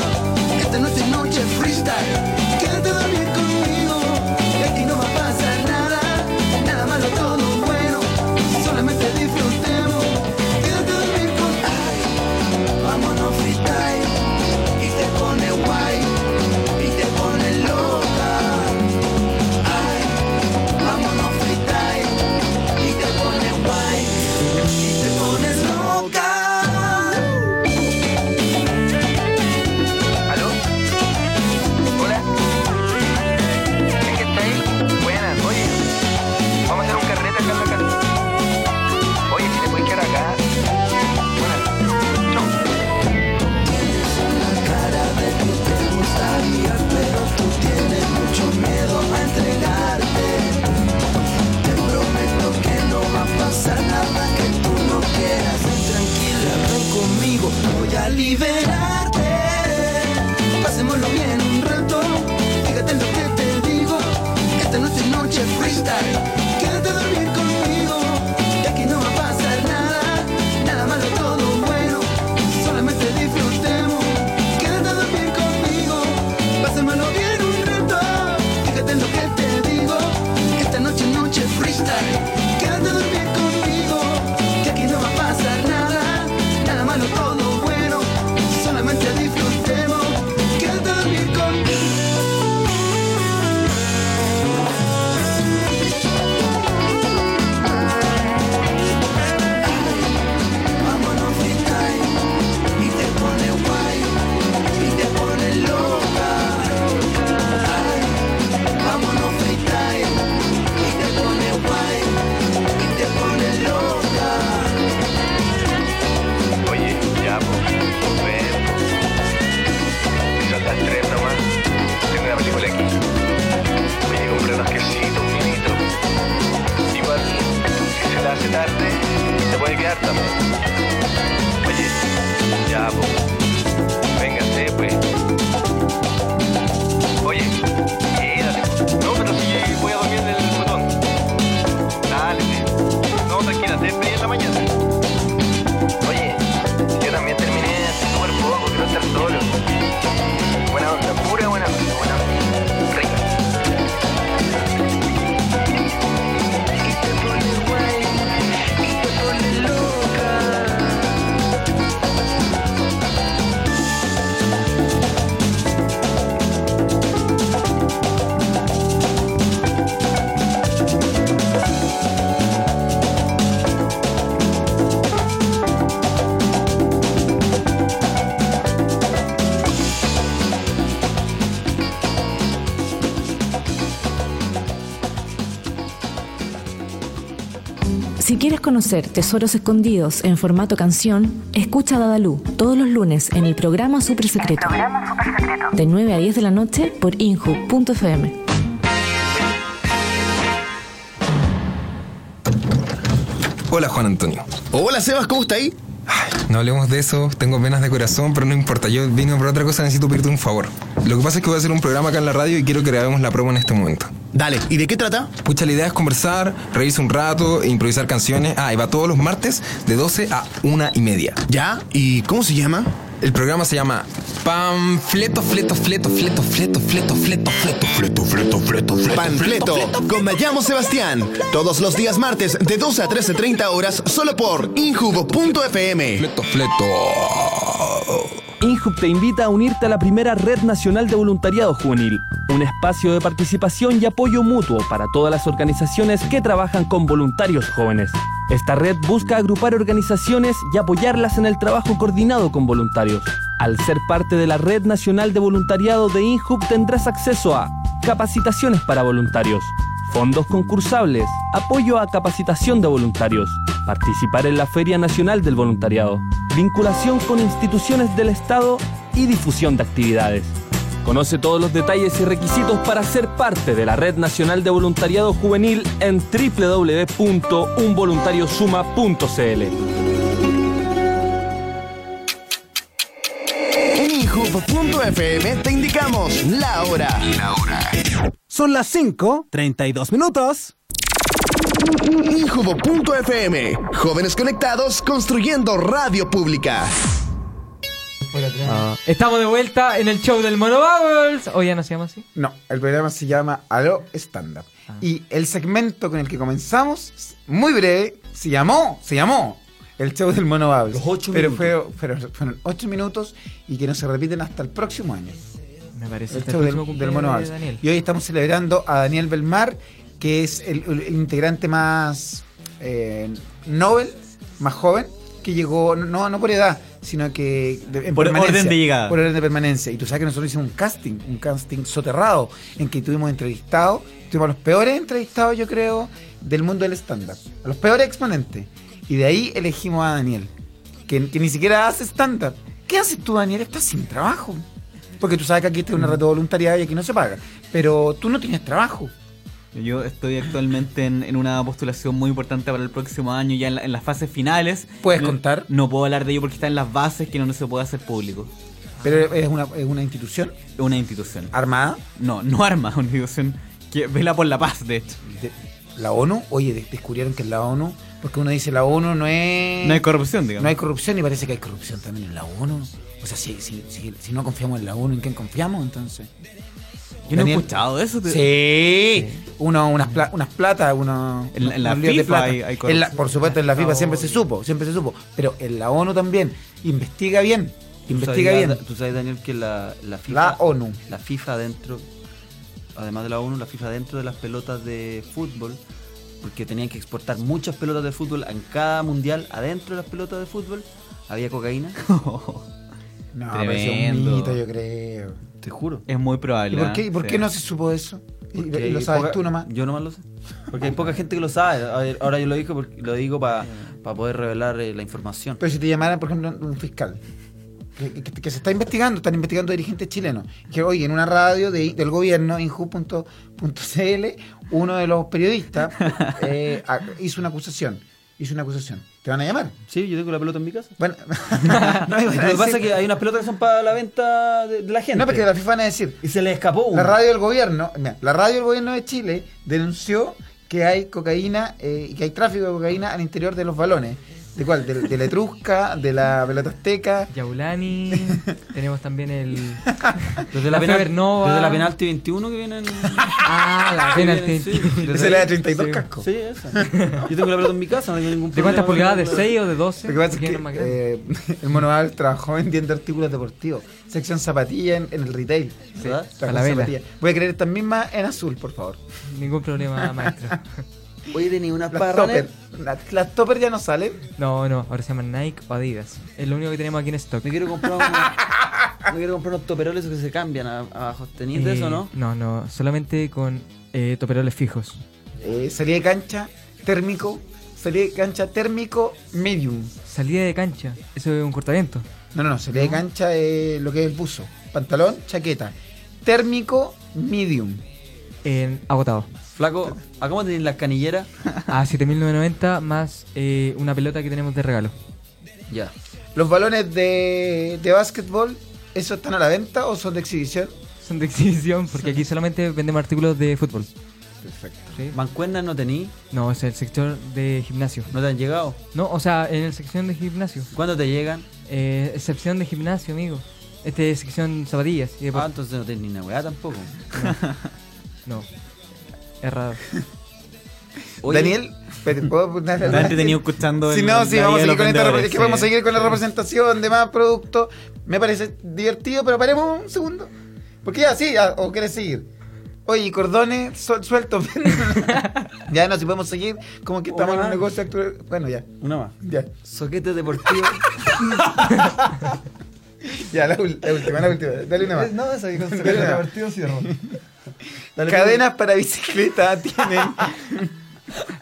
Esta noche es noche freestyle, quédate a dormir conmigo. Y aquí no va a pasar nada, nada malo, todo bueno. Solamente disfrutemos, quédate a dormir conmigo. Vámonos freestyle, y te pone guay, y te pone loca. Ay, vámonos freestyle y te pones guay y te pones loca. ¿Aló? Hola. ¿Es que está ahí? Buenas, oye. Vamos a hacer un carrete acá en la cal- Oye, si te puedes quedar acá. Buenas. Chau. Tranquila, ven conmigo, voy a liberarte. Pasémoslo bien un rato, fíjate en lo que te digo. Esta noche es noche freestyle, quédate a dormir conmigo. Y aquí no va a pasar nada, nada malo, todo bueno. Solamente disfrutemos, quédate a dormir conmigo. Pasémoslo bien un rato, fíjate en lo que te digo. Esta noche es noche freestyle, quédate a dormir conmigo. Que aquí no va a pasar nada, nada malo, todo bueno. Solamente disfrutemos, quédate a dormir conmigo. pues. pues. Si quieres conocer tesoros escondidos en formato canción, escucha a Dadalú todos los lunes en el programa Super Secreto. De 9 a 10 de la noche por inju.fm. Hola, Juan Antonio. Hola Sebas, ¿cómo está ahí? No hablemos de eso, tengo venas de corazón, pero no importa. Yo vine por otra cosa, necesito pedirte un favor. Lo que pasa es que voy a hacer un programa acá en la radio y quiero que grabemos la promo en este momento. Dale, ¿y de qué trata? Pucha, la idea es conversar, reírse un rato, e improvisar canciones. Ah, y va todos los martes de 12 a 1 y media. ¿Ya? ¿Y cómo se llama? El programa se llama Panfleto, fleto, fleto, fleto, fleto, fleto, fleto, fleto, fleto, fleto, fleto, fleto. Panfleto, con Me llamo Sebastián. Todos los días martes de 12 a 13.30 horas solo por injubo.fm. Fleto, fleto. INJUB te invita a unirte a la primera Red Nacional de Voluntariado Juvenil, un espacio de participación y apoyo mutuo para todas las organizaciones que trabajan con voluntarios jóvenes. Esta red busca agrupar organizaciones y apoyarlas en el trabajo coordinado con voluntarios. Al ser parte de la Red Nacional de Voluntariado de INJUB tendrás acceso a capacitaciones para voluntarios, fondos concursables, apoyo a capacitación de voluntarios, participar en la Feria Nacional del Voluntariado, vinculación con instituciones del Estado y difusión de actividades. Conoce todos los detalles y requisitos para ser parte de la Red Nacional de Voluntariado Juvenil en www.unvoluntariosuma.cl. En injubo.fm te indicamos la hora. La hora. Son las 5, 32 minutos. Injubo.fm. Jóvenes conectados construyendo radio pública. Ah, Estamos de vuelta en el show del Mono Bubbles. O ya no se llama así. No, el programa se llama Aló Stand Up. Ah. Y el segmento con el que comenzamos, muy breve, se llamó, se llamó el show del Mono Babel. Los ocho pero Fue, pero fueron ocho minutos y que no se repiten hasta el próximo año. Me parece. El hasta show el del, próximo del cumpleaños Mono de Babel. Daniel. Y hoy estamos celebrando a Daniel Belmar, que es el, el integrante más eh, Nobel, más joven, que llegó, no, no por edad, sino que de- en Por permanencia, orden de llegada. Por orden de permanencia. Y tú sabes que nosotros hicimos un casting, un casting soterrado, en que tuvimos entrevistados, tuvimos a los peores entrevistados, yo creo, del mundo del stand-up, a los peores exponentes. Y de ahí elegimos a Daniel, que, que ni siquiera hace stand-up. ¿Qué haces tú, Daniel? Estás sin trabajo. Porque tú sabes que aquí este es una red de voluntariado y aquí no se paga. Pero tú no tienes trabajo. Yo estoy actualmente en, en una postulación muy importante para el próximo año, ya en, la- en las fases finales. ¿Puedes No- contar? No puedo hablar de ello porque está en las bases que no, no se puede hacer público. Pero es una, es una institución Es una institución. armada, No, no arma, una institución que vela por la paz, de hecho. de- la ONU. Oye, de- descubrieron que es la ONU, porque uno dice la ONU no es... No hay corrupción, digamos. no hay corrupción y parece que hay corrupción también en la ONU. O sea, si, si, si, si no confiamos en la ONU, ¿en quién confiamos entonces? Yo no he Daniel- escuchado eso. te- Sí, uno, unas, pla- unas plata, uno, En la- en la unos líos de FIFA En hay- hay la- corrupción. por supuesto, en la FIFA siempre se supo, siempre se supo. Pero en la ONU también. Investiga bien, investiga sabías, bien. Da- Tú sabes, Daniel, que la, la FIFA. La ONU. La FIFA dentro. Además de la ONU, la FIFA dentro de las pelotas de fútbol. Porque tenían que exportar muchas pelotas de fútbol. En cada mundial, adentro de las pelotas de fútbol, había cocaína. No, pero ese es un Tremendo. mito, yo creo. Te juro. Es muy probable. ¿Y por qué, ¿eh? y por Sí. qué no se supo eso? Y, y Porque eh, lo hay sabes poca- tú nomás. Yo nomás lo sé. Porque hay poca gente que lo sabe. A ver, Ahora yo lo digo porque lo digo para poder revelar eh, la información. Pero si te llamaran, por ejemplo, un fiscal. Que, que- que se está investigando, están investigando dirigentes chilenos. Que hoy en una radio de- del gobierno, inju.cl, uno de los periodistas eh, a- hizo una acusación. Hizo una acusación. ¿Te van a llamar? Sí, yo tengo la pelota en mi casa. Bueno, no, iba a Lo que decir- pasa es que hay unas pelotas que son para la venta de, de la gente. No, porque la FIFA van a decir, Y se le escapó una. la radio del gobierno, mira, la radio del gobierno de Chile denunció que hay cocaína eh, y que hay tráfico de cocaína al interior de los balones. ¿De cuál? De, de la Etrusca, de la pelota azteca. Yaulani. Tenemos también el. Desde la, La penal- Febernova. desde la penalti 21 que vienen. Ah, la penalti. Sí, Esa es la de 32 cascos. Sí, esa. Yo tengo la pelota en mi casa, no tengo ningún ¿De cuántas problema. pulgadas? ¿De con la- 6 o de 12? Lo que pasa es ¿Quién que es más grande? eh, el Mono Babel trabajó vendiendo artículos deportivos, sección zapatilla en, en el retail. ¿Verdad? trabajó A la vela. zapatilla. Voy a creer estas mismas en azul, por favor. Ningún problema, maestro. Oye, tenía unas Las parranes. topper, la- las topper ya no salen. No, no, ahora se llaman Nike o Adidas. Es lo único que tenemos aquí en stock. Me quiero comprar unos, me quiero comprar unos toperoles que se cambian a- abajo. ¿Tenías de Eh, eso, no? No, no, solamente con eh, toperoles fijos. Eh, salía de cancha, térmico, Salí de cancha térmico medium. Salida de cancha. Eso es un cortaviento. No, no, no, salí de cancha es lo que es el buzo. Pantalón, chaqueta. Térmico medium. En agotado. Flaco, ¿a cómo tenés las canilleras? A 7.990 más eh, una pelota que tenemos de regalo. ya. Los balones de, de básquetbol, ¿esos están a la venta o son de exhibición? Son de exhibición porque aquí solamente vendemos artículos de fútbol. Perfecto. ¿Mancuernas no tení? No, es el sector de gimnasio. ¿No te han llegado? No, o sea, en la sección de gimnasio. ¿Cuándo te llegan? Eh, excepción de gimnasio, amigo. Este es sección zapatillas y Ah, deporte. entonces no tenés ni una weá tampoco. No. Errado. Oye, Daniel, espérate, ¿puedo apuntar algo? Está entretenido escuchando. Si el- no, sí, la vamos a seguir vida de con esta repre- los vendedores, es que vamos a sí. seguir con la representación de más productos. Me parece divertido, pero paremos un segundo. Porque ya, sí, ya, o quieres seguir. Oye, cordones suel- sueltos. ya no, si podemos seguir, como que estamos en un Una negocio actual. Bueno, ya, Una más. ya. Soquete deportivo. Ya, la, ul- la última, la última. Dale Eh, una más. No, esa que con su Dale una más. partido cierro. Cadenas para bicicleta tienen.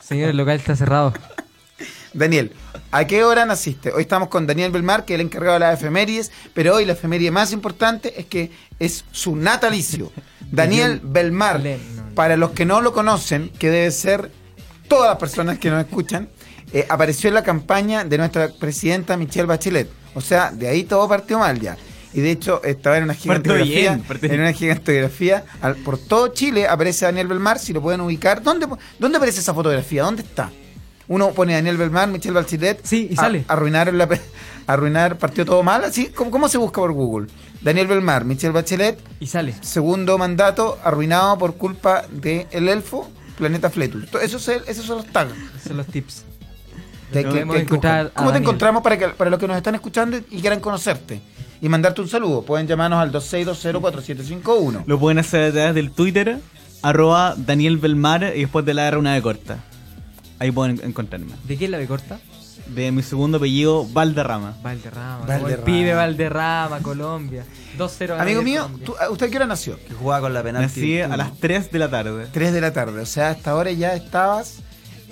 Señor, el local está cerrado. Daniel, ¿a qué hora naciste? Hoy estamos con Daniel Belmar, que es el encargado de las efemérides, pero hoy la efeméride más importante es que es su natalicio. Daniel Belmar, Lennon. para los que no lo conocen, que debe ser todas las personas que nos escuchan, eh, apareció en la campaña de nuestra presidenta Michelle Bachelet. O sea, de ahí todo partió mal ya. Y de hecho, estaba en una Partió bien, gigantografía. partió- en una gigantografía al- por todo Chile aparece Daniel Belmar, si lo pueden ubicar. ¿Dónde, dónde aparece esa fotografía? ¿Dónde está? Uno pone Daniel Belmar, Michelle Bachelet. Sí, y a- sale. Arruinaron la. pe- Arruinar, partió todo mal. así ¿Cómo, ¿Cómo se busca por Google? Daniel Belmar, Michelle Bachelet, Y sale. segundo mandato, arruinado por culpa de el elfo, Planeta Fletus. To- Esos, son- esos son los tags. Esos son los tips. de Podemos que- que hay que encontrar buscar. a ¿Cómo te Daniel. encontramos para, que, para los que nos están escuchando y, y quieran conocerte? Y mandarte un saludo. Pueden llamarnos al 26204751. Lo pueden hacer a través del Twitter, arroba Daniel Belmar y después de la R una de corta. Ahí pueden encontrarme. ¿De quién la ve corta? De mi segundo apellido, Valderrama. Valderrama. Valderrama. como El pibe Valderrama, Colombia. 2-0 Amigo ganadores mío, Colombia. ¿tú- a- ¿usted a qué hora nació? que jugaba con la penalti. Nací a las 3 de la tarde. 3 de la tarde. O sea, hasta ahora ya estabas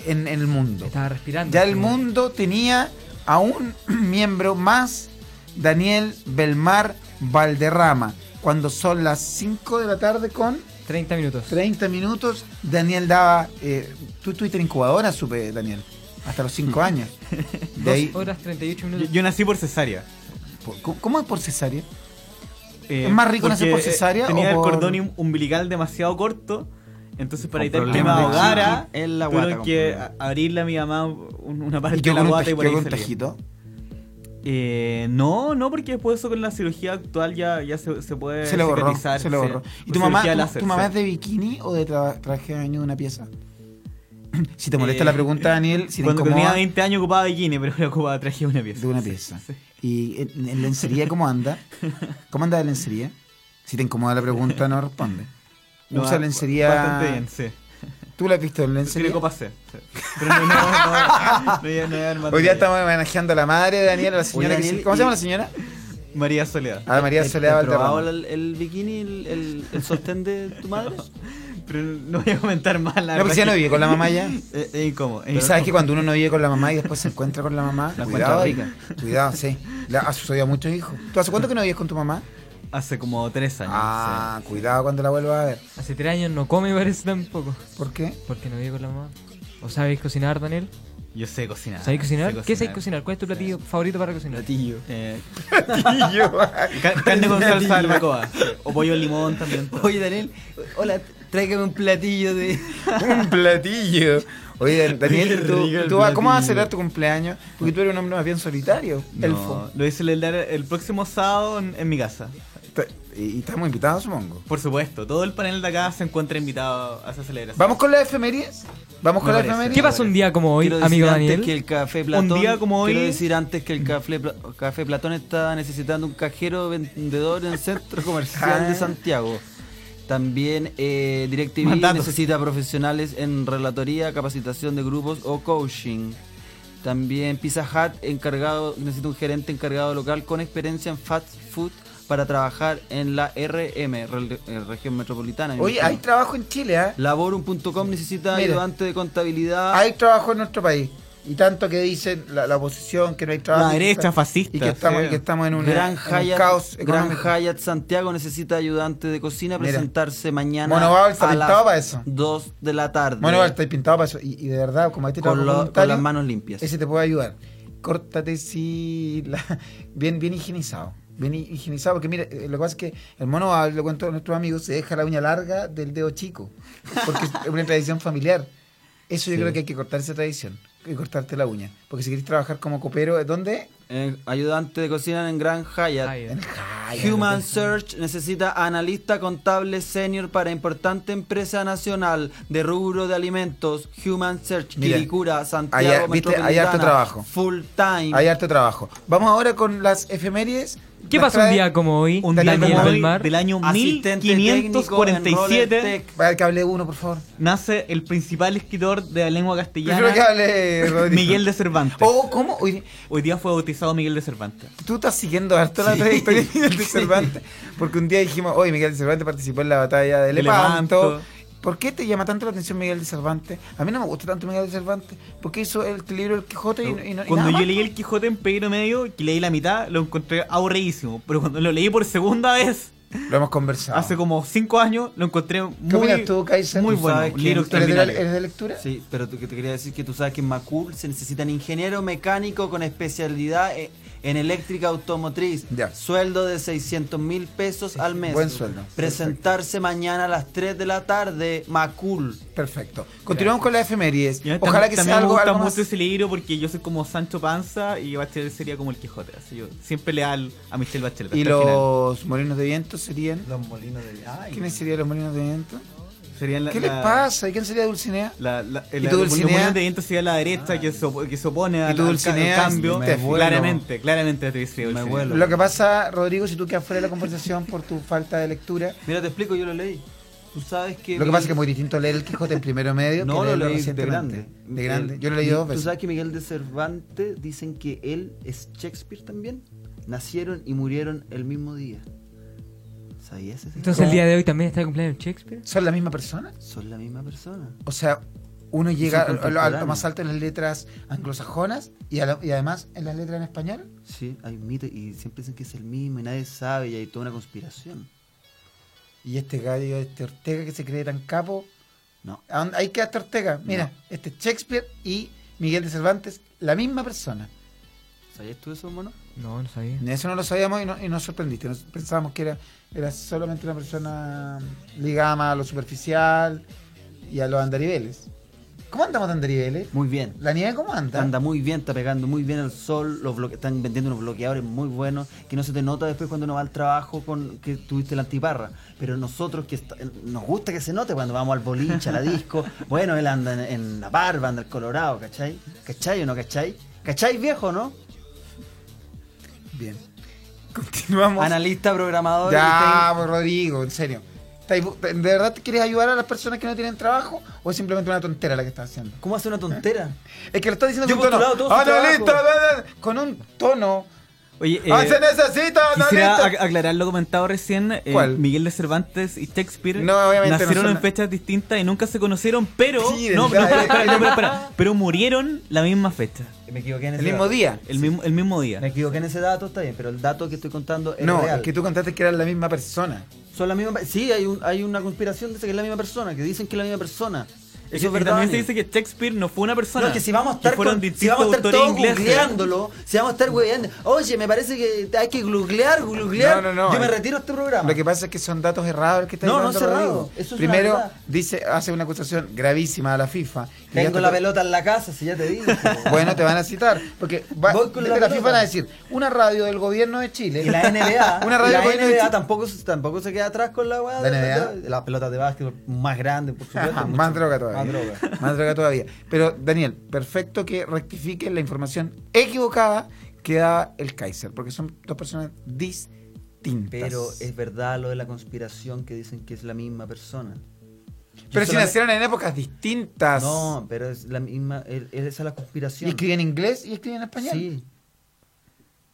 en, en el mundo. Estaba respirando. Ya el Este mundo tenía a un miembro más, Daniel Belmar Valderrama. Cuando son las 5 de la tarde con 30 minutos. 30 minutos, Daniel daba... eh, tú estuviste en incubadora, supe, Daniel. Hasta los 5 años. De ahí, 2 horas 38 Yo, minutos. yo nací por cesárea. ¿por- cómo- ¿Cómo es por cesárea? Eh, ¿Es más rico nacer porque, por cesárea eh, Tenía o el por- cordón im- umbilical demasiado corto. Entonces, para evitar que me problemas de ahogara, chiqui en la tuvieron guata, que compadre. a- abrirle a mi mamá un- una parte ¿Y qué de la con un, guata taj- y por qué ahí con un salía. tajito? Eh, no, no, porque después eso con la cirugía actual ya, ya se, se puede Se le borró, cicatrizar, se le sí. borró. ¿Y Por tu mamá, cirugía tu- láser, tu mamá sí. es de bikini o de tra- traje de baño de una pieza? Si te molesta Eh, la pregunta, Daniel, si te Cuando incomoda, tenía 20 años ocupaba bikini, pero la ocupaba traje de una pieza. de una Sí, pieza. sí. ¿Y en, en lencería cómo anda? ¿Cómo anda la lencería? Si te incomoda la pregunta, no responde. No, Usa ba- lencería... Bastante bien, sí. ¿Tú la has visto en Tiene lencería? copa C. sí. Pero no, no, no, no, no, ya- no ya armando Hoy día ya. estamos homenajeando a la madre de Daniel, a la señora Oye, que se- Daniel, ¿Cómo se llama y- la señora? María Soledad. A Ah, María Soledad ¿Te probaba Valderrama. el, el bikini, el, el, el sostén de tu madre? Pero no voy a comentar más la Eh, No, porque ya no vive con la mamá ya. Es incómodo. Y sabes que cuando uno no vive con la mamá y después se encuentra con la mamá, La cuidado, encuentra cuidado, sí. Le ha sucedido a muchos hijos. ¿Tú hace cuánto que no vives con tu mamá? Hace como tres años. Ah, cuidado cuando la vuelvas a ver. Hace 3 años no come, parece tampoco. ¿Por qué? Porque no vive con la mamá. ¿O sabéis cocinar, Daniel? sí. Yo sé cocinar. ¿Sabéis cocinar? Ah, sé ¿Qué sabéis cocinar? ¿Cuál es tu platillo favorito para cocinar? Eh, ca- carne con salsa de barbacoa. sí. O pollo al limón también. Oye, Daniel, hola, tráigame un platillo de. un platillo. Oye, Daniel, tú, rico el tú vas- ¿cómo vas a platillo. celebrar tu cumpleaños? Porque tú eres un hombre más bien solitario, No, elfo. Lo hice el, el próximo sábado en, en mi casa. Te- Y y estamos invitados, supongo. Por supuesto, todo el panel de acá se encuentra invitado a esa celebración. ¿Vamos con las efemérides? ¿Vamos con Me las parece. efemérides? ¿Qué pasó un día como hoy, Quiero decir amigo antes Daniel? que el café Platón. Un día como hoy- Quiero decir antes que el café, Pla- café Platón está necesitando un cajero vendedor en el centro comercial Ah. de Santiago. También eh, DirecTV Mandatos. necesita profesionales en relatoría, capacitación de grupos o coaching. También Pizza Hut encargado, necesita un gerente encargado local con experiencia en fast food para trabajar en la RM, re- eh, región metropolitana. me Oye, imagino. hay trabajo en Chile, ¿ah? Laborum.com necesita Mira. ayudante de contabilidad. Hay trabajo en nuestro país. Y tanto que dicen la, la oposición, que no hay trabajo. La y que derecha está- fascista, Y que estamos, sí. y que estamos en, un, Gran en un Hayat, caos Gran económico. Hayat Santiago necesita ayudante de cocina a Mira. presentarse mañana Mono Bauer está a pintado las para eso. 2 de la tarde Bueno, igual estáis pintado para eso. Y, y de verdad, como a este con, trabajo lo- con voluntario, las manos limpias. ese te puede ayudar. Córtate si la- bien, bien higienizado. Bien hi- higienizado, porque mire, eh, lo que pasa es que el mono, ah, lo cuento a nuestros amigos, se deja la uña larga del dedo chico, porque es una tradición familiar. Eso yo creo que hay que cortar esa tradición, y cortarte la uña. Porque si querés trabajar como copero, ¿dónde? Eh, ayudante de cocina en Gran Hyatt. Hayat. Ay, Human Search necesita analista contable senior para importante empresa nacional de rubro de alimentos. Human Search, Mira, Quilicura, Santiago, hay- viste, hay harto Metropolitana, trabajo. Full time. Hay harto trabajo. Vamos ahora con las efemérides. ¿Qué Las pasa un trae- día como hoy? Un día Daniel como hoy, Belmar. del año Asistente técnico en Roller 1547 Tech. Va a ver que hable uno, por favor. nace el principal escritor de la lengua Prefiero que castellana, hable Rodrigo. Miguel de Cervantes. Oh, ¿cómo? Oye, Hoy día fue bautizado Miguel de Cervantes. Tú estás siguiendo harto la trayectoria de Miguel de Cervantes. Porque un día dijimos, oye, Miguel de Cervantes participó en la batalla de De Lepanto. Lepanto. ¿Por qué te llama tanto la atención Miguel de Cervantes? A mí no me gusta tanto Miguel de Cervantes. ¿Por qué hizo el libro El Quijote y, no- y no- y Cuando nada yo más? leí el Quijote en Pedro Medio, que leí la mitad, lo encontré aburridísimo. Pero cuando lo leí por segunda vez, Lo hemos conversado. hace como cinco años, lo encontré Ah. ¿Qué muy, opinas tú, Kaiser? muy ¿Tú bueno. sabes Un quién- libro ¿Eres de, la- extraordinario. eres de lectura? Sí, pero tú- que te quería decir que tú sabes que en Macul se necesitan ingeniero mecánico con especialidad e- en eléctrica automotriz. Ya. Sueldo de 600 mil pesos al mes. buen sueldo. Presentarse mañana a las 3 de la tarde, Macul. Perfecto. Continuamos con las efemérides. Y a mí tam- Ojalá que sea también algo, me gusta algo más. mucho ese libro porque yo soy como Sancho Panza y Bachelet sería como el Quijote. Así yo siempre leal a Michelle Bachelet. Y hasta el final. los molinos de viento serían. Los molinos de... Ay. ¿Quiénes serían los molinos de viento? Serían la- ¿Qué les la- pasa? ¿Y quién sería Dulcinea? La, la, ¿Y la- tú, Dulcinea? los Ah, movimientos de viento sería la derecha que, se op- que se opone al, tú, al ca- Dulcinea? cambio. Me vuelo. Claramente, claramente te dice Dulcinea. vuelo. Lo que pasa, Rodrigo, si tú quedas fuera de la conversación por tu falta de lectura, Mira, te explico, yo lo leí. Tú sabes que... lo que pasa es que es Miguel- muy distinto leer el Quijote en primero medio No, que lo leerlo leí de recientemente. grande. De grande. Eh, El- Yo lo leí y- dos ¿Tú veces. sabes que Miguel de Cervantes dicen que él es Shakespeare también? Nacieron y murieron el mismo día. ¿Sabías eso? Entonces el día de hoy también está de cumpleaños Shakespeare. ¿Son la misma persona? Son la misma persona. O sea, uno llega a lo, a lo contemporáneos. más alto en las letras anglosajonas y, a lo- y además en las letras en español. Sí, hay un mito y siempre dicen que es el mismo y nadie sabe y hay toda una conspiración. Y este gallo, este Ortega que se cree tan capo. No. ¿A dónde- Ahí queda este Ortega. Mira, este Shakespeare y Miguel de Cervantes, la misma persona. ¿Sabías tú eso, mono? No, no sabía. Eso no lo sabíamos y, no, y nos sorprendiste. Nos pensábamos que era, era solamente una persona ligada más a lo superficial y a los andariveles. ¿Cómo andamos de andariveles? Muy bien. ¿La nieve cómo anda? Anda muy bien, está pegando muy bien el sol, los bloque- están vendiendo unos bloqueadores muy buenos, que no se te nota después cuando uno va al trabajo con que tuviste la antiparra. Pero nosotros que est- nos gusta que se note cuando vamos al boliche, a la disco, bueno, él anda en, en la barba, anda el colorado, ¿cachai? ¿Cachai o no cachai? ¿Cachai viejo, no? Bien. Continuamos. Analista, programador, ya, pues, Rodrigo, en serio. ¿Estáis bu- ¿De verdad te quieres ayudar a las personas que no tienen trabajo o es simplemente una tontera la que estás haciendo? ¿cómo hace una tontera? Es que lo estás diciendo Yo con un postulado tono. Ah, todo su ¡Analista! trabajo. da, da! Con un tono. Oye, eh, ¡Ah, se necesita, Quisiera analista! ac- aclarar lo comentado recién. eh, ¿Cuál? Miguel de Cervantes y Shakespeare No, obviamente no nacieron son en na- fechas distintas y nunca se conocieron, pero Sí, no, verdad, no, eh, espera, espera, espera, pero murieron la misma fecha, Me equivoqué en ese El mismo dato. día. el mismo el mismo Me día. equivoqué en ese dato, está bien, pero el dato que estoy contando es No, real. es que tú contaste que eran la misma persona. Son la misma. Sí, hay, un, hay una conspiración de que es la misma persona, que dicen que es la misma persona. Y- Eso y es verdad. También se Daniel. dice que Shakespeare no fue una persona. No, es que si vamos a estar, que fueron con- si distintos vamos a estar autores todos ingleses. googleándolo, si vamos a estar hueveando, oye, me parece que hay que googlear, googlear, No, no, no. yo me retiro de este programa. Lo que pasa es que son datos errados el que está No, no llevando es errado. Rodrigo. Eso es Primero, la verdad. dice, hace una acusación gravísima a la FIFA. Y ya Tengo te- la pelota en la casa, si ya te digo. Bueno, te van a citar. Porque va- Voy con la de la, pelota. FIFA van a decir, una radio del gobierno de Chile. Y la NBA, Una radio la del gobierno de NBA Chile. tampoco, se- tampoco se queda atrás con la weá. ¿La de- NBA? de- Las pelotas de básquet más grandes, por supuesto. Ajá, mucho- más droga todavía. Más droga. Más droga todavía. Pero, Daniel, perfecto que rectifiquen la información equivocada que da el Kaiser. Porque son dos personas distintas. Pero eh, es verdad lo de la conspiración que dicen que es la misma persona. Yo Pero si solamente- nacieron en épocas distintas. No, pero es la misma. el- el- Esa es la Y conspiración. escriben en inglés y escriben en español. Sí.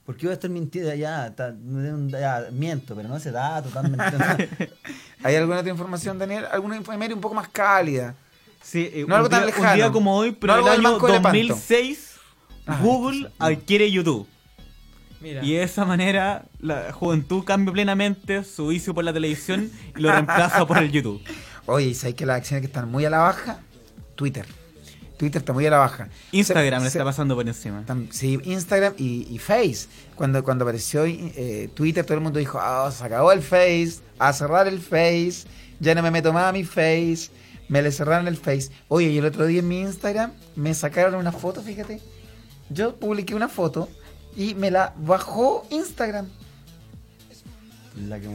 ¿Por qué voy a estar mintiendo? Ya, ta- me den un- ya, miento, pero no ese dato tan mentiroso. ¿Hay alguna otra información, Daniel? ¿Alguna efeméride un poco más cálida? Sí, eh, No algo un, día, tan un lejano. día como hoy, pero No algo el del Ah, año Banco de Lepanto. 2006, Google adquiere YouTube. Mira. Y de esa manera la juventud cambia plenamente su vicio por la televisión y lo reemplaza por el YouTube. Oye, ¿sabes que las acciones que están muy a la baja? Twitter. Twitter está muy a la baja. Instagram Se- le se- está pasando por encima. tam- Sí, Instagram y, y Face. Cuando, cuando apareció eh, Twitter, todo el mundo dijo, ah, se acabó el Face, a cerrar el Face, ya no me meto más a mi Face, me le cerraron el Face. Oye, y el otro día en mi Instagram me sacaron una foto, fíjate. Yo publiqué una foto y me la bajó Instagram.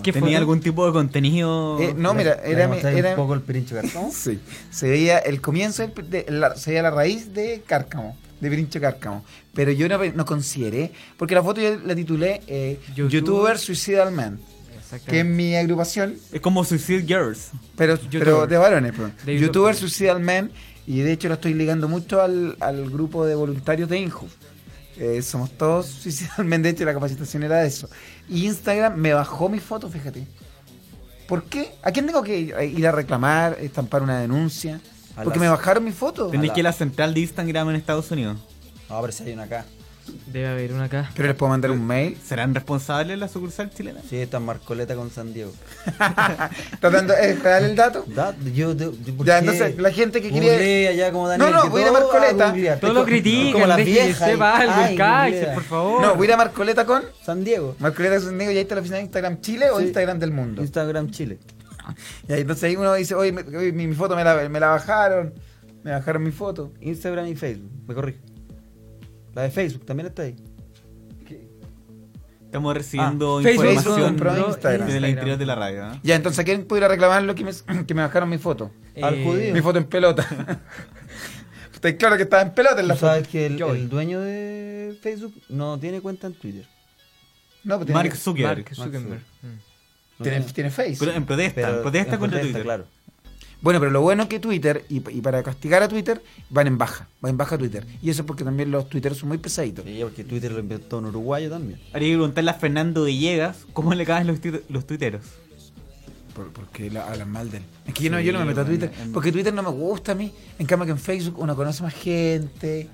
¿Qué ¿Tenía foto? algún tipo de contenido? Eh, no, mira, era, mi- Era un era, poco el pirincho cartón. Sí. Se veía el comienzo, del- de la, se veía la raíz de Cárcamo, de Pirincho Cárcamo. Pero yo no, no consideré, porque la foto yo la titulé eh, Youtube- YouTuber Suicidal Man, que es mi agrupación, Es como Suicide Girls. pero, pero de varones. pero. De YouTuber YouTuber. Suicidal Man, y de hecho la estoy ligando mucho al, al grupo de voluntarios de Inju. Eh, somos todos Suicidal Men, de hecho la capacitación era eso. Y Instagram me bajó mis fotos, fíjate. ¿Por qué? ¿A quién tengo que ir ir a reclamar, estampar una denuncia? A Porque me las- bajaron mis fotos. Tenéis que ir a la central de Instagram en Estados Unidos. No, pero si hay una acá. Debe haber una acá. Pero les puedo mandar un mail. ¿Serán responsables la sucursal chilena? Sí, está en Marcoleta con San Diego. Tratando de esperar eh, el dato. Da- yo, yo- yo- ¿por Ya, qué? entonces, la gente que Google quiere. allá como No, Daniel. no, que voy a ir a todo Marcoleta. googlear. Todos lo Como- critican, como las dejen que viejas sepa ahí. algo Ay, el Kaiser, googlea. por favor. No, voy a ir a Marcoleta con. San Diego. Marcoleta con Diego, y ahí está la oficina de Instagram Chile o Sí. Instagram del mundo. Instagram Chile. Y ahí, entonces ahí uno dice, oye, me- oye, mi, mi foto me la, me la bajaron. Me bajaron mi foto. Instagram y Facebook. Me corrijo. La de Facebook también está ahí. Estamos recibiendo Ah, Facebook información compró del Instagram. interior de la radio. ¿eh? Ya, entonces, ¿a quién pudiera reclamar lo que me, que me bajaron mi foto? Eh, al judío. Mi foto en pelota. Está claro que estaba en pelota en la Tú foto. sabes que el, Yo voy. el dueño de Facebook no tiene cuenta en Twitter. No, pero tiene, Mark Zuckerberg. Mark Zuckerberg. Mm. No tiene, tiene. tiene Face. Pero en protesta, Pero em, en protesta en contra protesta, Twitter. Claro. Bueno, pero lo bueno es que Twitter, y, y para castigar a Twitter, van en baja, van en baja Twitter. Y eso es porque también los Twitter son muy pesaditos. Sí, porque Twitter lo inventó un uruguayo también. Haría que preguntarle a Fernando Villegas cómo le caen los, tuit- los tuiteros. Por- porque la- hablan mal de él. Es que yo no, yo no me meto a Twitter, porque Twitter no me gusta a mí. En cambio que en Facebook uno conoce más gente,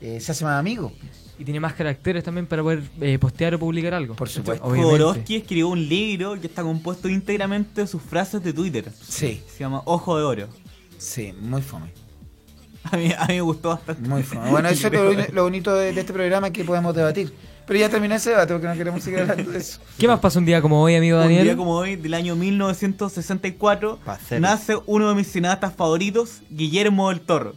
eh, se hace más amigo. Y tiene más caracteres también para poder eh, postear o publicar algo. Por supuesto. Obviamente. Jodorowsky escribió un libro que está compuesto íntegramente de sus frases de Twitter. Sí, Se llama Ojo de Oro. sí, muy fome. A mí, a mí me gustó bastante. Muy fome. Bueno, eso es lo, lo bonito de, de este programa que podemos debatir. Pero ya terminó ese debate porque no queremos seguir hablando de eso. ¿Qué más pasa un día como hoy, amigo Un Daniel? día como hoy, del año 1964, Pa' hacer- nace uno de mis cineastas favoritos, Guillermo del Toro.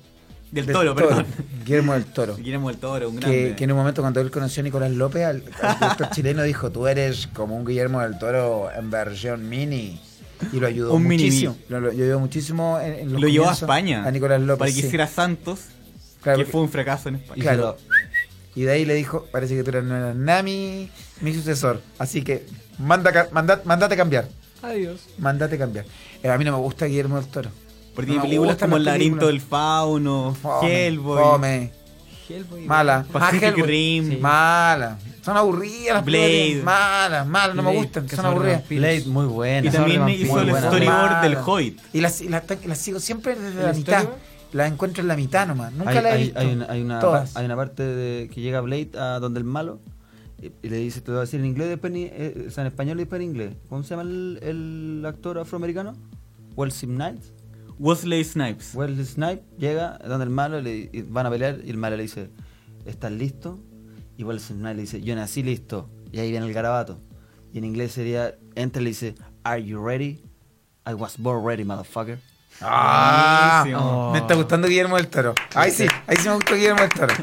Del, Del Toro, perdón. Guillermo del Toro. Guillermo del Toro, un grande. que, que en un momento cuando él conoció a Nicolás López, al, al director chileno dijo, tú eres como un Guillermo del Toro en versión mini. Y lo ayudó Un mini muchísimo. mí. Lo, lo ayudó muchísimo en, en los Lo llevó a comienzos España. A Nicolás López. Para que sí. hiciera Santos, Claro, que porque- fue un fracaso en España. claro. Y de ahí le dijo, parece que tú eras- no eras Nami, mi sucesor. Así que manda, ca- manda- mandate cambiar. Adiós. Mandate cambiar. Eh, a mí no me gusta Guillermo del Toro. No Porque tiene me películas gustan como El las laberinto del películas. fauno, Fome, Hellboy, fome, Hellboy. Mala. Ah, Pacific Hellboy. Rim. Malas. Son aburridas las Blade. películas. Malas, malas, no me Blade, gustan, que son son aburridas. vampiros. Blade, muy buena. Y también Muy hizo el buena. storyboard del Malas. Hobbit. Y las, y las, las sigo siempre desde la ¿El mitad. storyboard? Las encuentro en la mitad nomás. Nunca hay, las he hay- visto. hay una, hay, una, Todas. hay una parte de, que llega Blade a donde el malo y, y le dice, te voy a decir en inglés, después en, i- eh, o sea, en español y después en inglés. ¿Cómo se llama el, el actor afroamericano? Wesley Snipes. Wesley Snipes. Wesley Snipes llega donde el malo le, y van a pelear y el malo le dice, ¿estás listo? Y Wesley Snipes le dice, yo nací listo. Y ahí viene el garabato. Y en inglés sería, entra y le dice, ¿Are you ready? I was born ready, motherfucker. Ah, Buenísimo. me está gustando Guillermo del Toro. Ahí sí, ahí sí me gustó Guillermo del Toro.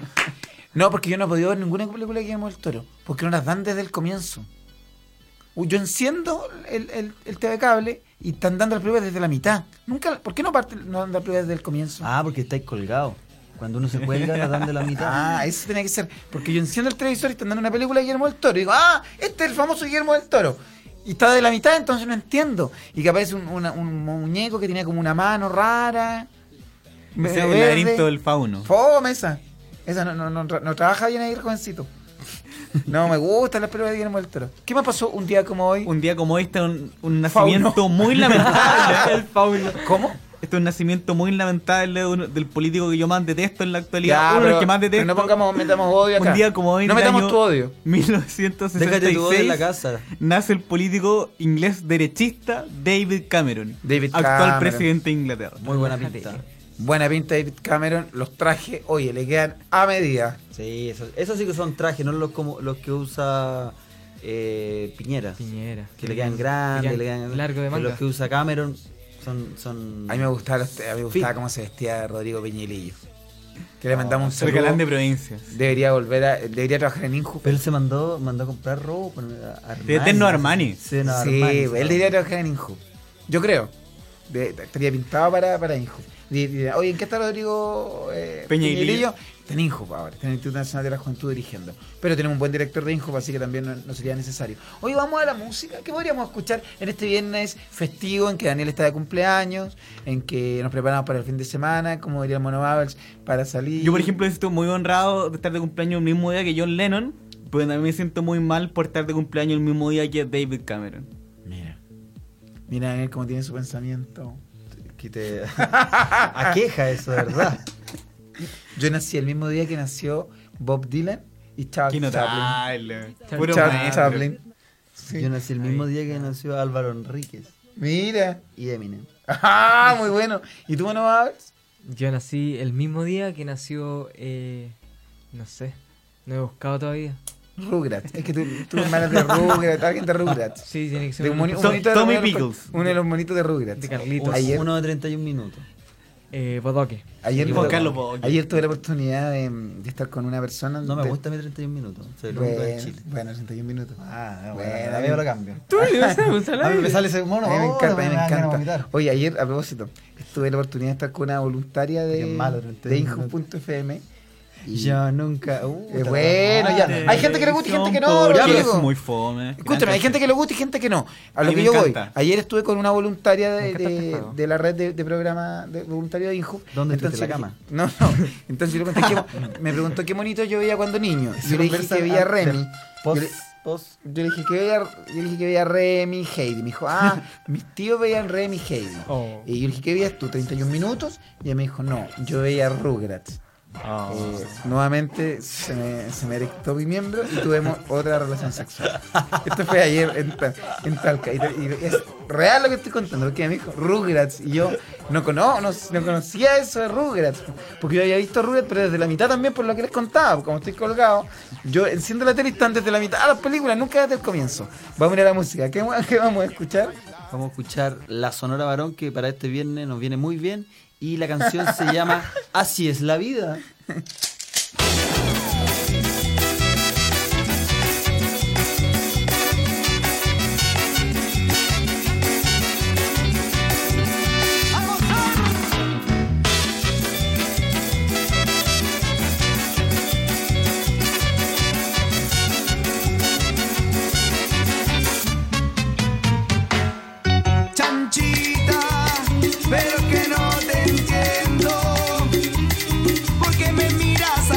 No, porque yo no he podido ver ninguna película de Guillermo del Toro, porque no las dan desde el comienzo. Uy, Yo enciendo el, el, el TV cable y están dando las películas desde la mitad. Nunca, ¿Por qué no, parten, no dan las películas desde el comienzo? Ah, porque estáis colgado. Cuando uno se cuelga, la dan de la mitad. Ah, eso tenía que ser. Porque yo enciendo el televisor y están dando una película de Guillermo del Toro. Y digo, ah, este es el famoso Guillermo del Toro. Y está de la mitad, entonces no entiendo. Y que aparece un, una- un muñeco que tenía como una mano rara. Ese es verde. el laberinto del fauno. Fome esa. Esa no, no, no, tra- no trabaja bien ahí, jovencito. No me gustan las películas de Guillermo del Toro. ¿Qué me pasó un día como hoy? Un día como este, un, un Fauno. nacimiento muy lamentable. El Paulo. ¿Cómo? Este es un nacimiento muy lamentable de uno- del político que yo más detesto en la actualidad. Ya, uno de pero- los que más pero detesto. no pongamos, metamos odio acá. Un día como hoy, No en el metamos año tu odio. 1966, Déjate tu odio en la casa. nace el político inglés derechista David Cameron, David actual Cameron. presidente de Inglaterra. Muy buena pinta. Buena pinta David Cameron, los trajes, oye, le quedan a medida. Sí, eso, eso sí que son trajes, no los como los que usa eh, Piñera. Piñera. Que le quedan grandes, Que le quedan Largo de pero manga. Los que usa Cameron son son A mí me gustaba, los- a mí me gustaba Fit. cómo se vestía Rodrigo Peñilillo. Que le mandamos un El Oh, galán de saludo. provincia. Debería volver a, debería trabajar en Inju. Pero él se mandó mandó a comprar ropa a Armani. De eterno Armani. Sí, este, no, sí, Armani, él debería trabajar en Inju. Yo creo. De- estaría pintado para, para Inju. Di- diría, Oye, ¿en qué está Rodrigo eh, Peñilillo? Peñilillo? Está en Inju ahora, está en el Instituto Nacional de la Juventud dirigiendo. Pero tenemos un buen director de Inju, así que también no, no sería necesario. Hoy vamos a la música. ¿Qué podríamos escuchar en este viernes festivo en que Daniel está de cumpleaños, en que nos preparamos para el fin de semana, como diría el Mono Babels, para salir? Yo, por ejemplo, siento muy honrado de estar de cumpleaños el mismo día que John Lennon, pero también me siento muy mal por estar de cumpleaños el mismo día que David Cameron. Mira. Mira, Daniel, cómo tiene su pensamiento. que te aqueja eso, de verdad. Yo nací el mismo día que nació Bob Dylan y Charles Qué Chaplin. notable. Puro Charles maestro. Chaplin. Sí. Yo nací el mismo día que nació Álvaro Enríquez Mira. y Eminem. Ah, muy bueno. ¿Y tú, Mano Babels? Yo nací el mismo día que nació. Eh, no sé. No he buscado todavía. Rugrats. Es que tú, tú hermanas de Rugrats, alguien de Rugrats. Sí, tiene que ser. De un- un moni- un Son monito de- Tommy uno de los- Pickles. Uno de los monitos de Rugrats. De Carlitos. Uno- Ayer, Uno de 31 minutos. Eh, Bodoque. ayer, Juan tuve, Carlos Bodoque. ayer tuve la oportunidad de, de estar con una persona. No me de- gusta mi 31 minutos. Soy el único de Bueno, Chile. bueno, 61 minutos. Ah, bueno, bueno, a mí me lo cambio. Tú, A mí me sale ese mono. a mí me oh, encanta, a mí me dan ganas de encanta. vomitar. Oye, ayer, a propósito, tuve la oportunidad de estar con una voluntaria de, Qué malo, de 31 minutos. Injo.fm. y- Yo nunca. uh, Eh, ta- bueno, ya. Este, madre. Hay gente que le gusta y gente que no, Porque Rodrigo. Es muy fome. Escúchame, hay gente que le gusta y gente que no. A lo A mí que me yo voy. encanta. Ayer estuve con una voluntaria Me de, encanta este de- juego. de la red de, de programa de voluntario de Inju. ¿Dónde Entonces estuviste, en la le dije- No, no. Entonces yo le conté que- me preguntó qué monito yo veía cuando niño. Y Yo le dije que veía Remy. Yo Pos, le- pos. Yo le dije que veía, yo le dije que veía Remy y Heidi. Me dijo, ah, mis tíos veían Remy y Heidi. Oh. Y yo le dije, ¿qué veías tú? ¿31 minutos? Y ella me dijo, no, yo veía Rugrats. Eh, nuevamente se me, se me erectó mi miembro y tuvimos otra relación sexual. Esto fue ayer en, Ta- en Talca. Y, te- y es real lo que estoy contando, porque me dijo Rugrats. Y yo no, cono- no, no conocía eso de Rugrats. Porque yo había visto Rugrats, pero desde la mitad también, por lo que les contaba. Como estoy colgado, yo enciendo la tele y están desde la mitad a las películas, nunca desde el comienzo. Vamos a ir a la música. ¿Qué, qué vamos a escuchar? Vamos a escuchar La Sonora Varón, que para este viernes nos viene muy bien. Y la canción se llama Así es la vida. chanchita, pero que no te entiendo. Porque me miras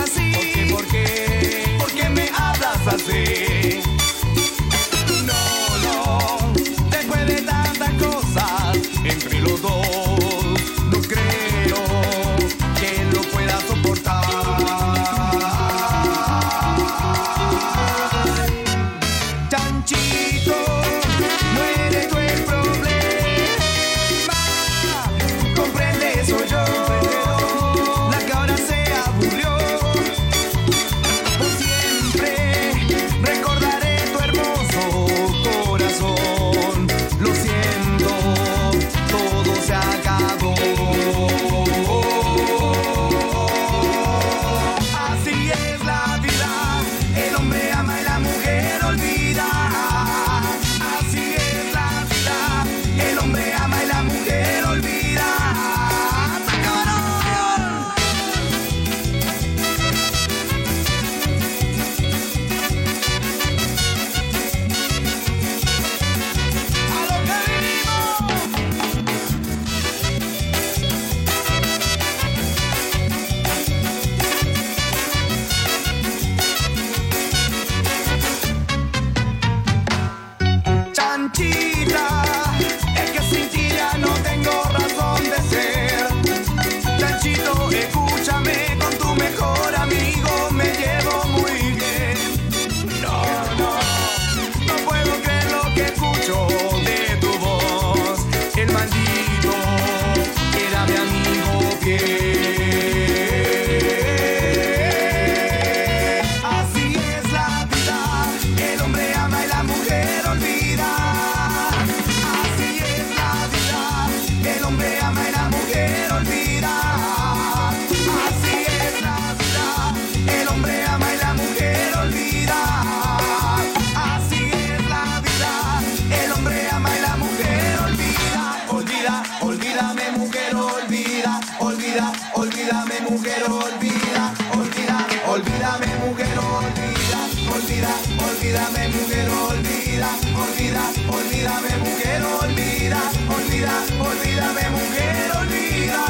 Olvídame, mujer, olvida, olvida, olvídame, mujer, olvida, olvida, olvídame, mujer, olvida.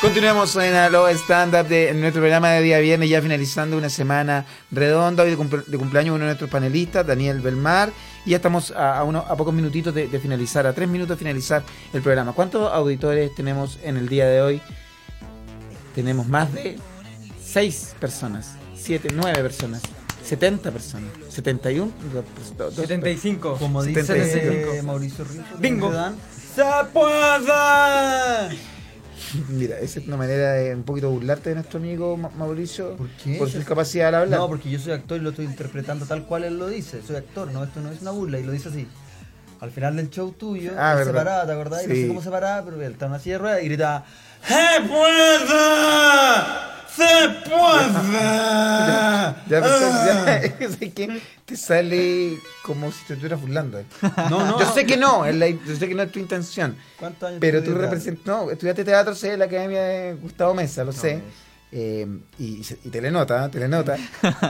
Continuamos en Alo Stand Up de en nuestro programa de día viernes, ya finalizando una semana redonda. Hoy de, cumple- de cumpleaños uno de nuestros panelistas, Daniel Belmar. Y ya estamos a, a uno- a pocos minutitos de, de finalizar, a tres minutos de finalizar el programa. ¿Cuántos auditores tenemos en el día de hoy? Tenemos más de seis personas, siete, nueve personas, 70 personas, 71, do- do- dos- 75. Como dice 75. eh, Mauricio Rizzo. Bingo. Dan, ¡Se puede! Mira, esa es una manera de un poquito burlarte de nuestro amigo Ma- Mauricio ¿Por qué? su discapacidad al hablar. No, porque yo soy actor y lo estoy interpretando tal cual él lo dice. Soy actor, no, esto no es una burla. Y lo dice así. Al final del show tuyo, Ah, él se verdad. paraba, ¿te acordás? Y no Sí. sé cómo se paraba, pero él estaba en una silla de ruedas y gritaba ¡Se puede! ¡Se puede! Ya, pero Ah. sabes- ya, sé que te sale como si te estuvieras burlando. No, no. Yo sé que no, es la- yo sé que no es tu intención. ¿Cuántos años Pero tú tuviste, Dan? representas. No, estudiaste teatro, sé, en la academia de Gustavo Mesa, lo sé. eh, y, se- y telenota, ¿eh? telenota.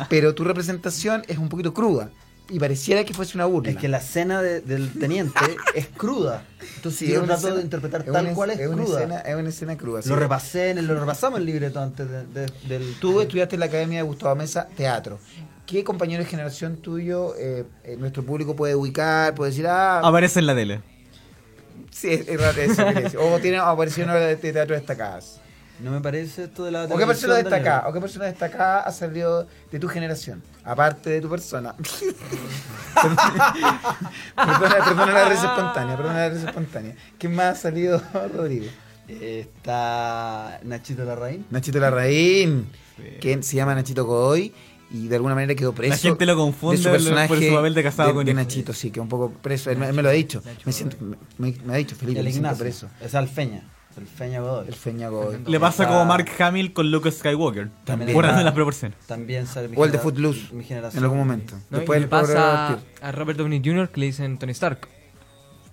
pero tu representación es un poquito cruda. Y pareciera que fuese una burla. Es que la escena de- del teniente es cruda. Entonces Sí, yo una trato de escena- interpretar es tal una- cual es, una cruda. escena- es una escena cruda. sí. Lo repasé, en el- lo repasamos el libreto antes de- de- del... Tú estudiaste en la Academia de Gustavo Mesa Teatro. ¿Qué compañero de generación tuyo eh, eh, nuestro público puede ubicar? Puede decir, ah, Aparece en la tele. Sí, es, es raro eso. quería decir. o tiene apareció en obras de teatro destacadas. No me parece esto de la... ¿O qué persona televisión, Daniel. destacada? ¿O qué persona destacada ha salido de tu generación? Aparte de tu persona. perdona, perdona la risa espontánea, perdona la risa espontánea. ¿Quién más ha salido, Rodrigo? Está Nachito Larraín. Nachito Larraín, que se llama Nachito Godoy y de alguna manera quedó preso. La gente lo confunde por- por su papel de casado con de hijo. Nachito, sí, quedó un poco preso. Él, me- me lo ha dicho. Me, siento- me- me ha dicho, Felipe, El me siento Ignacio. preso. Es Alfeña. El Feña Godoy. El Feña Godoy. Le pasa como Mark Hamill con Luke Skywalker. También. Guardando las proporciones. También sale mi O el de genera- Footloose. Mi En generación. algún momento. ¿no? Después y el le pasa pobre Brad Pitt. a Robert Downey Jr. que le dicen Tony Stark. Pero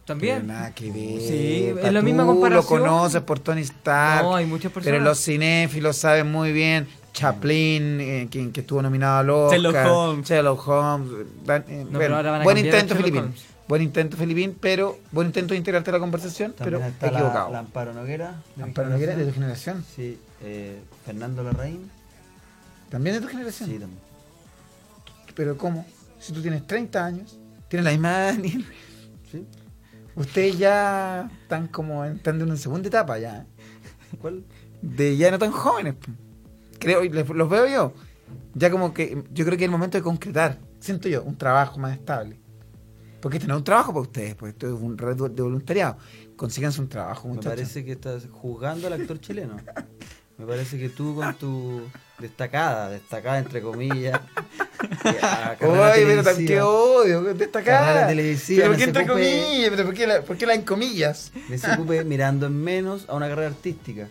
También. Nada que ver. Sí, es pa, la misma tú Lo comparación. conoces por Tony Stark. No, hay muchas personas. Pero los cinéfilos saben muy bien. Chaplin, eh, quien que estuvo nominado al Oscar. Sherlock Holmes. Sherlock Holmes. eh, dan- eh, No, bueno, pero ahora van a buen cambiar a intento, Sherlock Filipín. Holmes. Buen intento, Filipín, pero buen intento de integrarte a la conversación, También pero está la- equivocado. La, Amparo Noguera. de mi Amparo Noguera, de tu generación. generación. Sí. eh, Fernando Larraín. También de tu generación. Sí, también. Pero ¿cómo? Si tú tienes 30 años, tienes la misma edad, Daniel. Sí. Ustedes ya están como entrando en una segunda etapa ya. ¿Cuál? de ya no tan jóvenes. po. Creo, y les- los veo yo. Ya como que yo creo que es el momento de concretar, siento yo, un trabajo más estable. Porque esto no es un trabajo para ustedes, porque esto es un red de voluntariado. Consíganse un trabajo, Me muchachos. parece que estás juzgando al actor chileno. Me parece que tú con tu destacada, destacada entre comillas. Ay, pero tan que odio, Carrera destacada. televisiva, Pero ¿por qué no se entre ocupe. comillas? ¿Pero por qué, la, por qué la en comillas? Me ocupe mirando en menos a una carrera artística.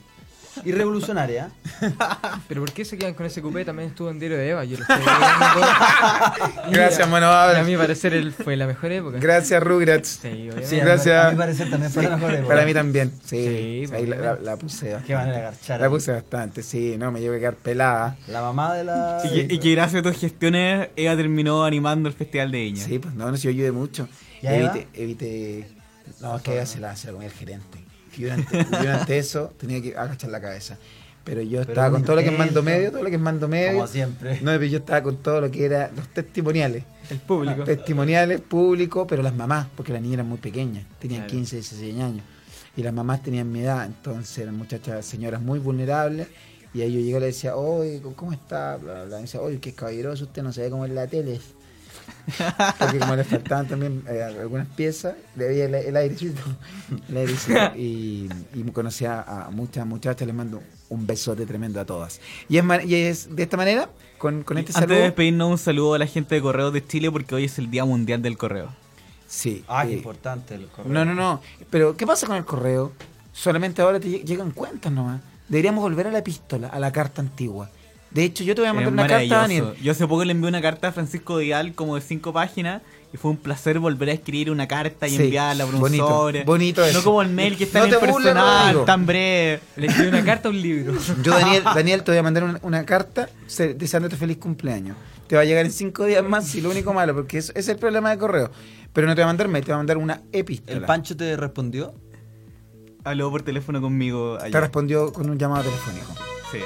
Y revolucionaria. ¿eh? Ah, Pero ¿por qué se quedan con ese cupé? También estuvo en Diario de Eva. Yo lo estoy viendo. Y Gracias, a- mano y A Abra. mí, parecer, él fue la mejor época. Gracias, Rugrats. Sí, obviamente. Sí, gracias. A mi parecer también fue la mejor época. Para mí también, sí. Sí, ahí la, la, obviamente. la puse bastante. Qué manera de agarchar La ahí. puse bastante, sí. No, me llevo a quedar pelada. La mamá de la. Y, que- y que gracias a tus gestiones, ella terminó animando el Festival de Viña. Sí, pues no, no, si yo ayudé mucho. ¿Y a Eva? Evite, evite. No, es que ella se la, se la comía el gerente. Y durante, y durante eso tenía que agachar la cabeza. Pero yo estaba un con todo lo que es mando intento. medio, todo lo que es mando medio. Como siempre. No, pero yo estaba con todo lo que era los testimoniales. El Ah, público. Testimoniales, público, pero las mamás, porque las niñas eran muy pequeñas, tenían Claro. 15, 16 años. Y las mamás tenían mi edad, entonces eran muchachas, señoras muy vulnerables. Y ahí yo llegaba y le decía, oye, ¿cómo está? Bla, bla, bla. Y decía, oye, qué caballeroso, usted no se ve como en la tele. Porque como le faltaban también eh, algunas piezas, le veía el, el airecito. el airecito. Y, y conocí a, a muchas muchachas, les mando un besote tremendo a todas. Y es, ma- y es de esta manera, con, con este Antes de saludo. despedirnos, un saludo a la gente de Correos de Chile porque hoy es el Día Mundial del Correo. Sí. Ah, qué eh, importante el correo. No, no, no. Pero, ¿qué pasa con el correo? Solamente ahora te lle- llegan cuentas nomás. Deberíamos volver a la epístola, a la carta antigua. De hecho, yo te voy a Es mandar una carta, maravilloso. Daniel. Yo hace poco le envié una carta a Francisco Dial como de cinco páginas Y fue un placer volver a escribir una carta y Sí, enviarla por un bonito, sobre. bonito eso. No como el mail que está No en el te burles, personal, Rodrigo. tan breve. Le escribí una carta a un libro. Yo, Daniel, Daniel, te voy a mandar una, una carta se- deseándote feliz cumpleaños. Te va a llegar en cinco días más y lo único malo, porque es, es el problema de correo. Pero no te va a mandar mail, te va a mandar una epístola. ¿El Pancho te respondió? Habló por teléfono conmigo Te ayer. respondió con un llamado telefónico. Sí.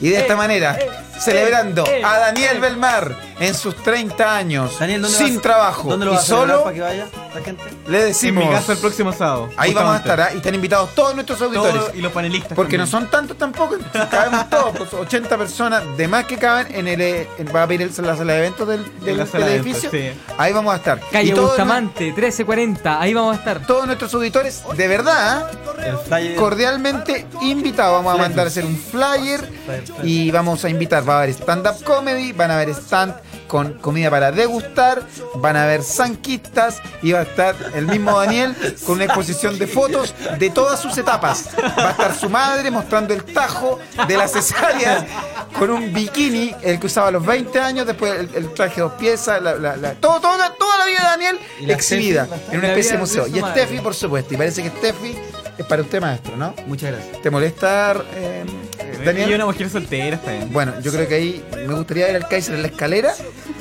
Y de esta manera, celebrando a Daniel Belmar en sus 30 años, Daniel, ¿dónde sin vas- trabajo ¿Dónde lo y vas a celebrar solo, para que vaya la gente? le En decimos... mi casa el próximo sábado. Ahí vamos a estar, justamente. ¿ah? y están invitados todos nuestros auditores. Todos y los panelistas. Porque no son también. tantos tampoco, cabemos todos, pues, 80 personas de más que caben en el eh, en- va a pedir el- la sala de eventos del, del- la sala del de edificio. eventos, Ahí vamos a estar. Calle Y todos, Bustamante, 1340, ahí vamos a estar. todos nuestros auditores, de verdad, ¿ah? El flyer. cordialmente invitados. Vamos a mandar a hacer un flyer y vamos a invitar. Va a haber stand-up comedy, van a haber stand con comida para degustar, van a haber sanquistas y va a estar el mismo Daniel con una exposición de fotos de todas sus etapas. Va a estar su madre mostrando el tajo de las cesáreas con un bikini, el que usaba a los 20 años, después el, el traje de dos piezas, la, la- la- todo, todo- toda la vida de Daniel Y la exhibida Steffi, la- en una la especie de vida de museo. su Y madre. Steffi, por supuesto, y parece que Steffi es para usted maestro, ¿no? Muchas gracias. ¿Te molesta, eh, Y Daniel? una mujer soltera está bien. Bueno, yo creo que ahí me gustaría ver al Kaiser en la escalera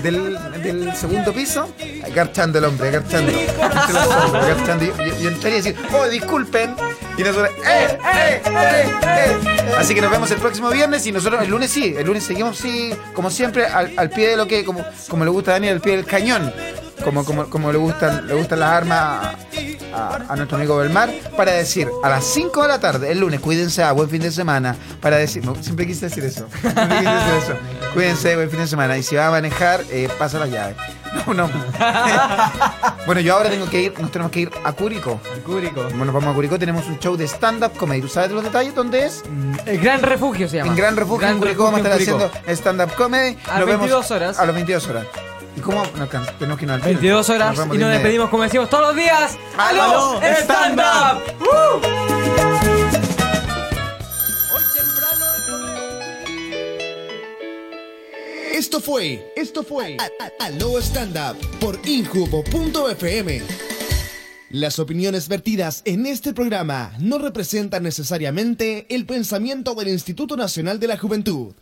del, del segundo piso, agarchando el hombre, agarchando. Entre los hombros, agarchando. Y, y- y entraría a decir, oh, disculpen. Y nosotros, ¡eh, eh, eh, eh! Así que nos vemos el próximo viernes y nosotros el lunes sí, el lunes seguimos, sí, como siempre, al, al pie de lo que, como, como le gusta a Daniel, al pie del cañón. Como, como, como le gustan le gustan las armas a, a- a nuestro amigo Belmar, para decir a las 5 de la tarde, el lunes, cuídense, ah, buen fin de semana, para decir, no, siempre quise decir eso, siempre quise decir eso, cuídense, buen fin de semana, y si va a manejar, eh, pasa las llaves. No, no. bueno, yo ahora tengo que ir, nos tenemos que ir a Cúrico. Cúrico. Bueno, nos vamos a Curicó, tenemos un show de stand-up comedy. ¿Tú sabes los detalles? ¿Dónde es? El Gran Refugio se llama. En Gran Refugio, en Curicó, vamos a estar Mm, Refugio en haciendo stand-up comedy. A 22 horas. A las 22 horas. ¿Y cómo? No, alcanza- tenemos que irnos al tiro. 22 horas vamos y de nos media. despedimos como decimos todos los días. ¡Aló, stand stand-up! up! Esto fue, esto fue A- A- Aló Stand Up por Injubo.fm. Las opiniones vertidas en este programa no representan necesariamente el pensamiento del Instituto Nacional de la Juventud.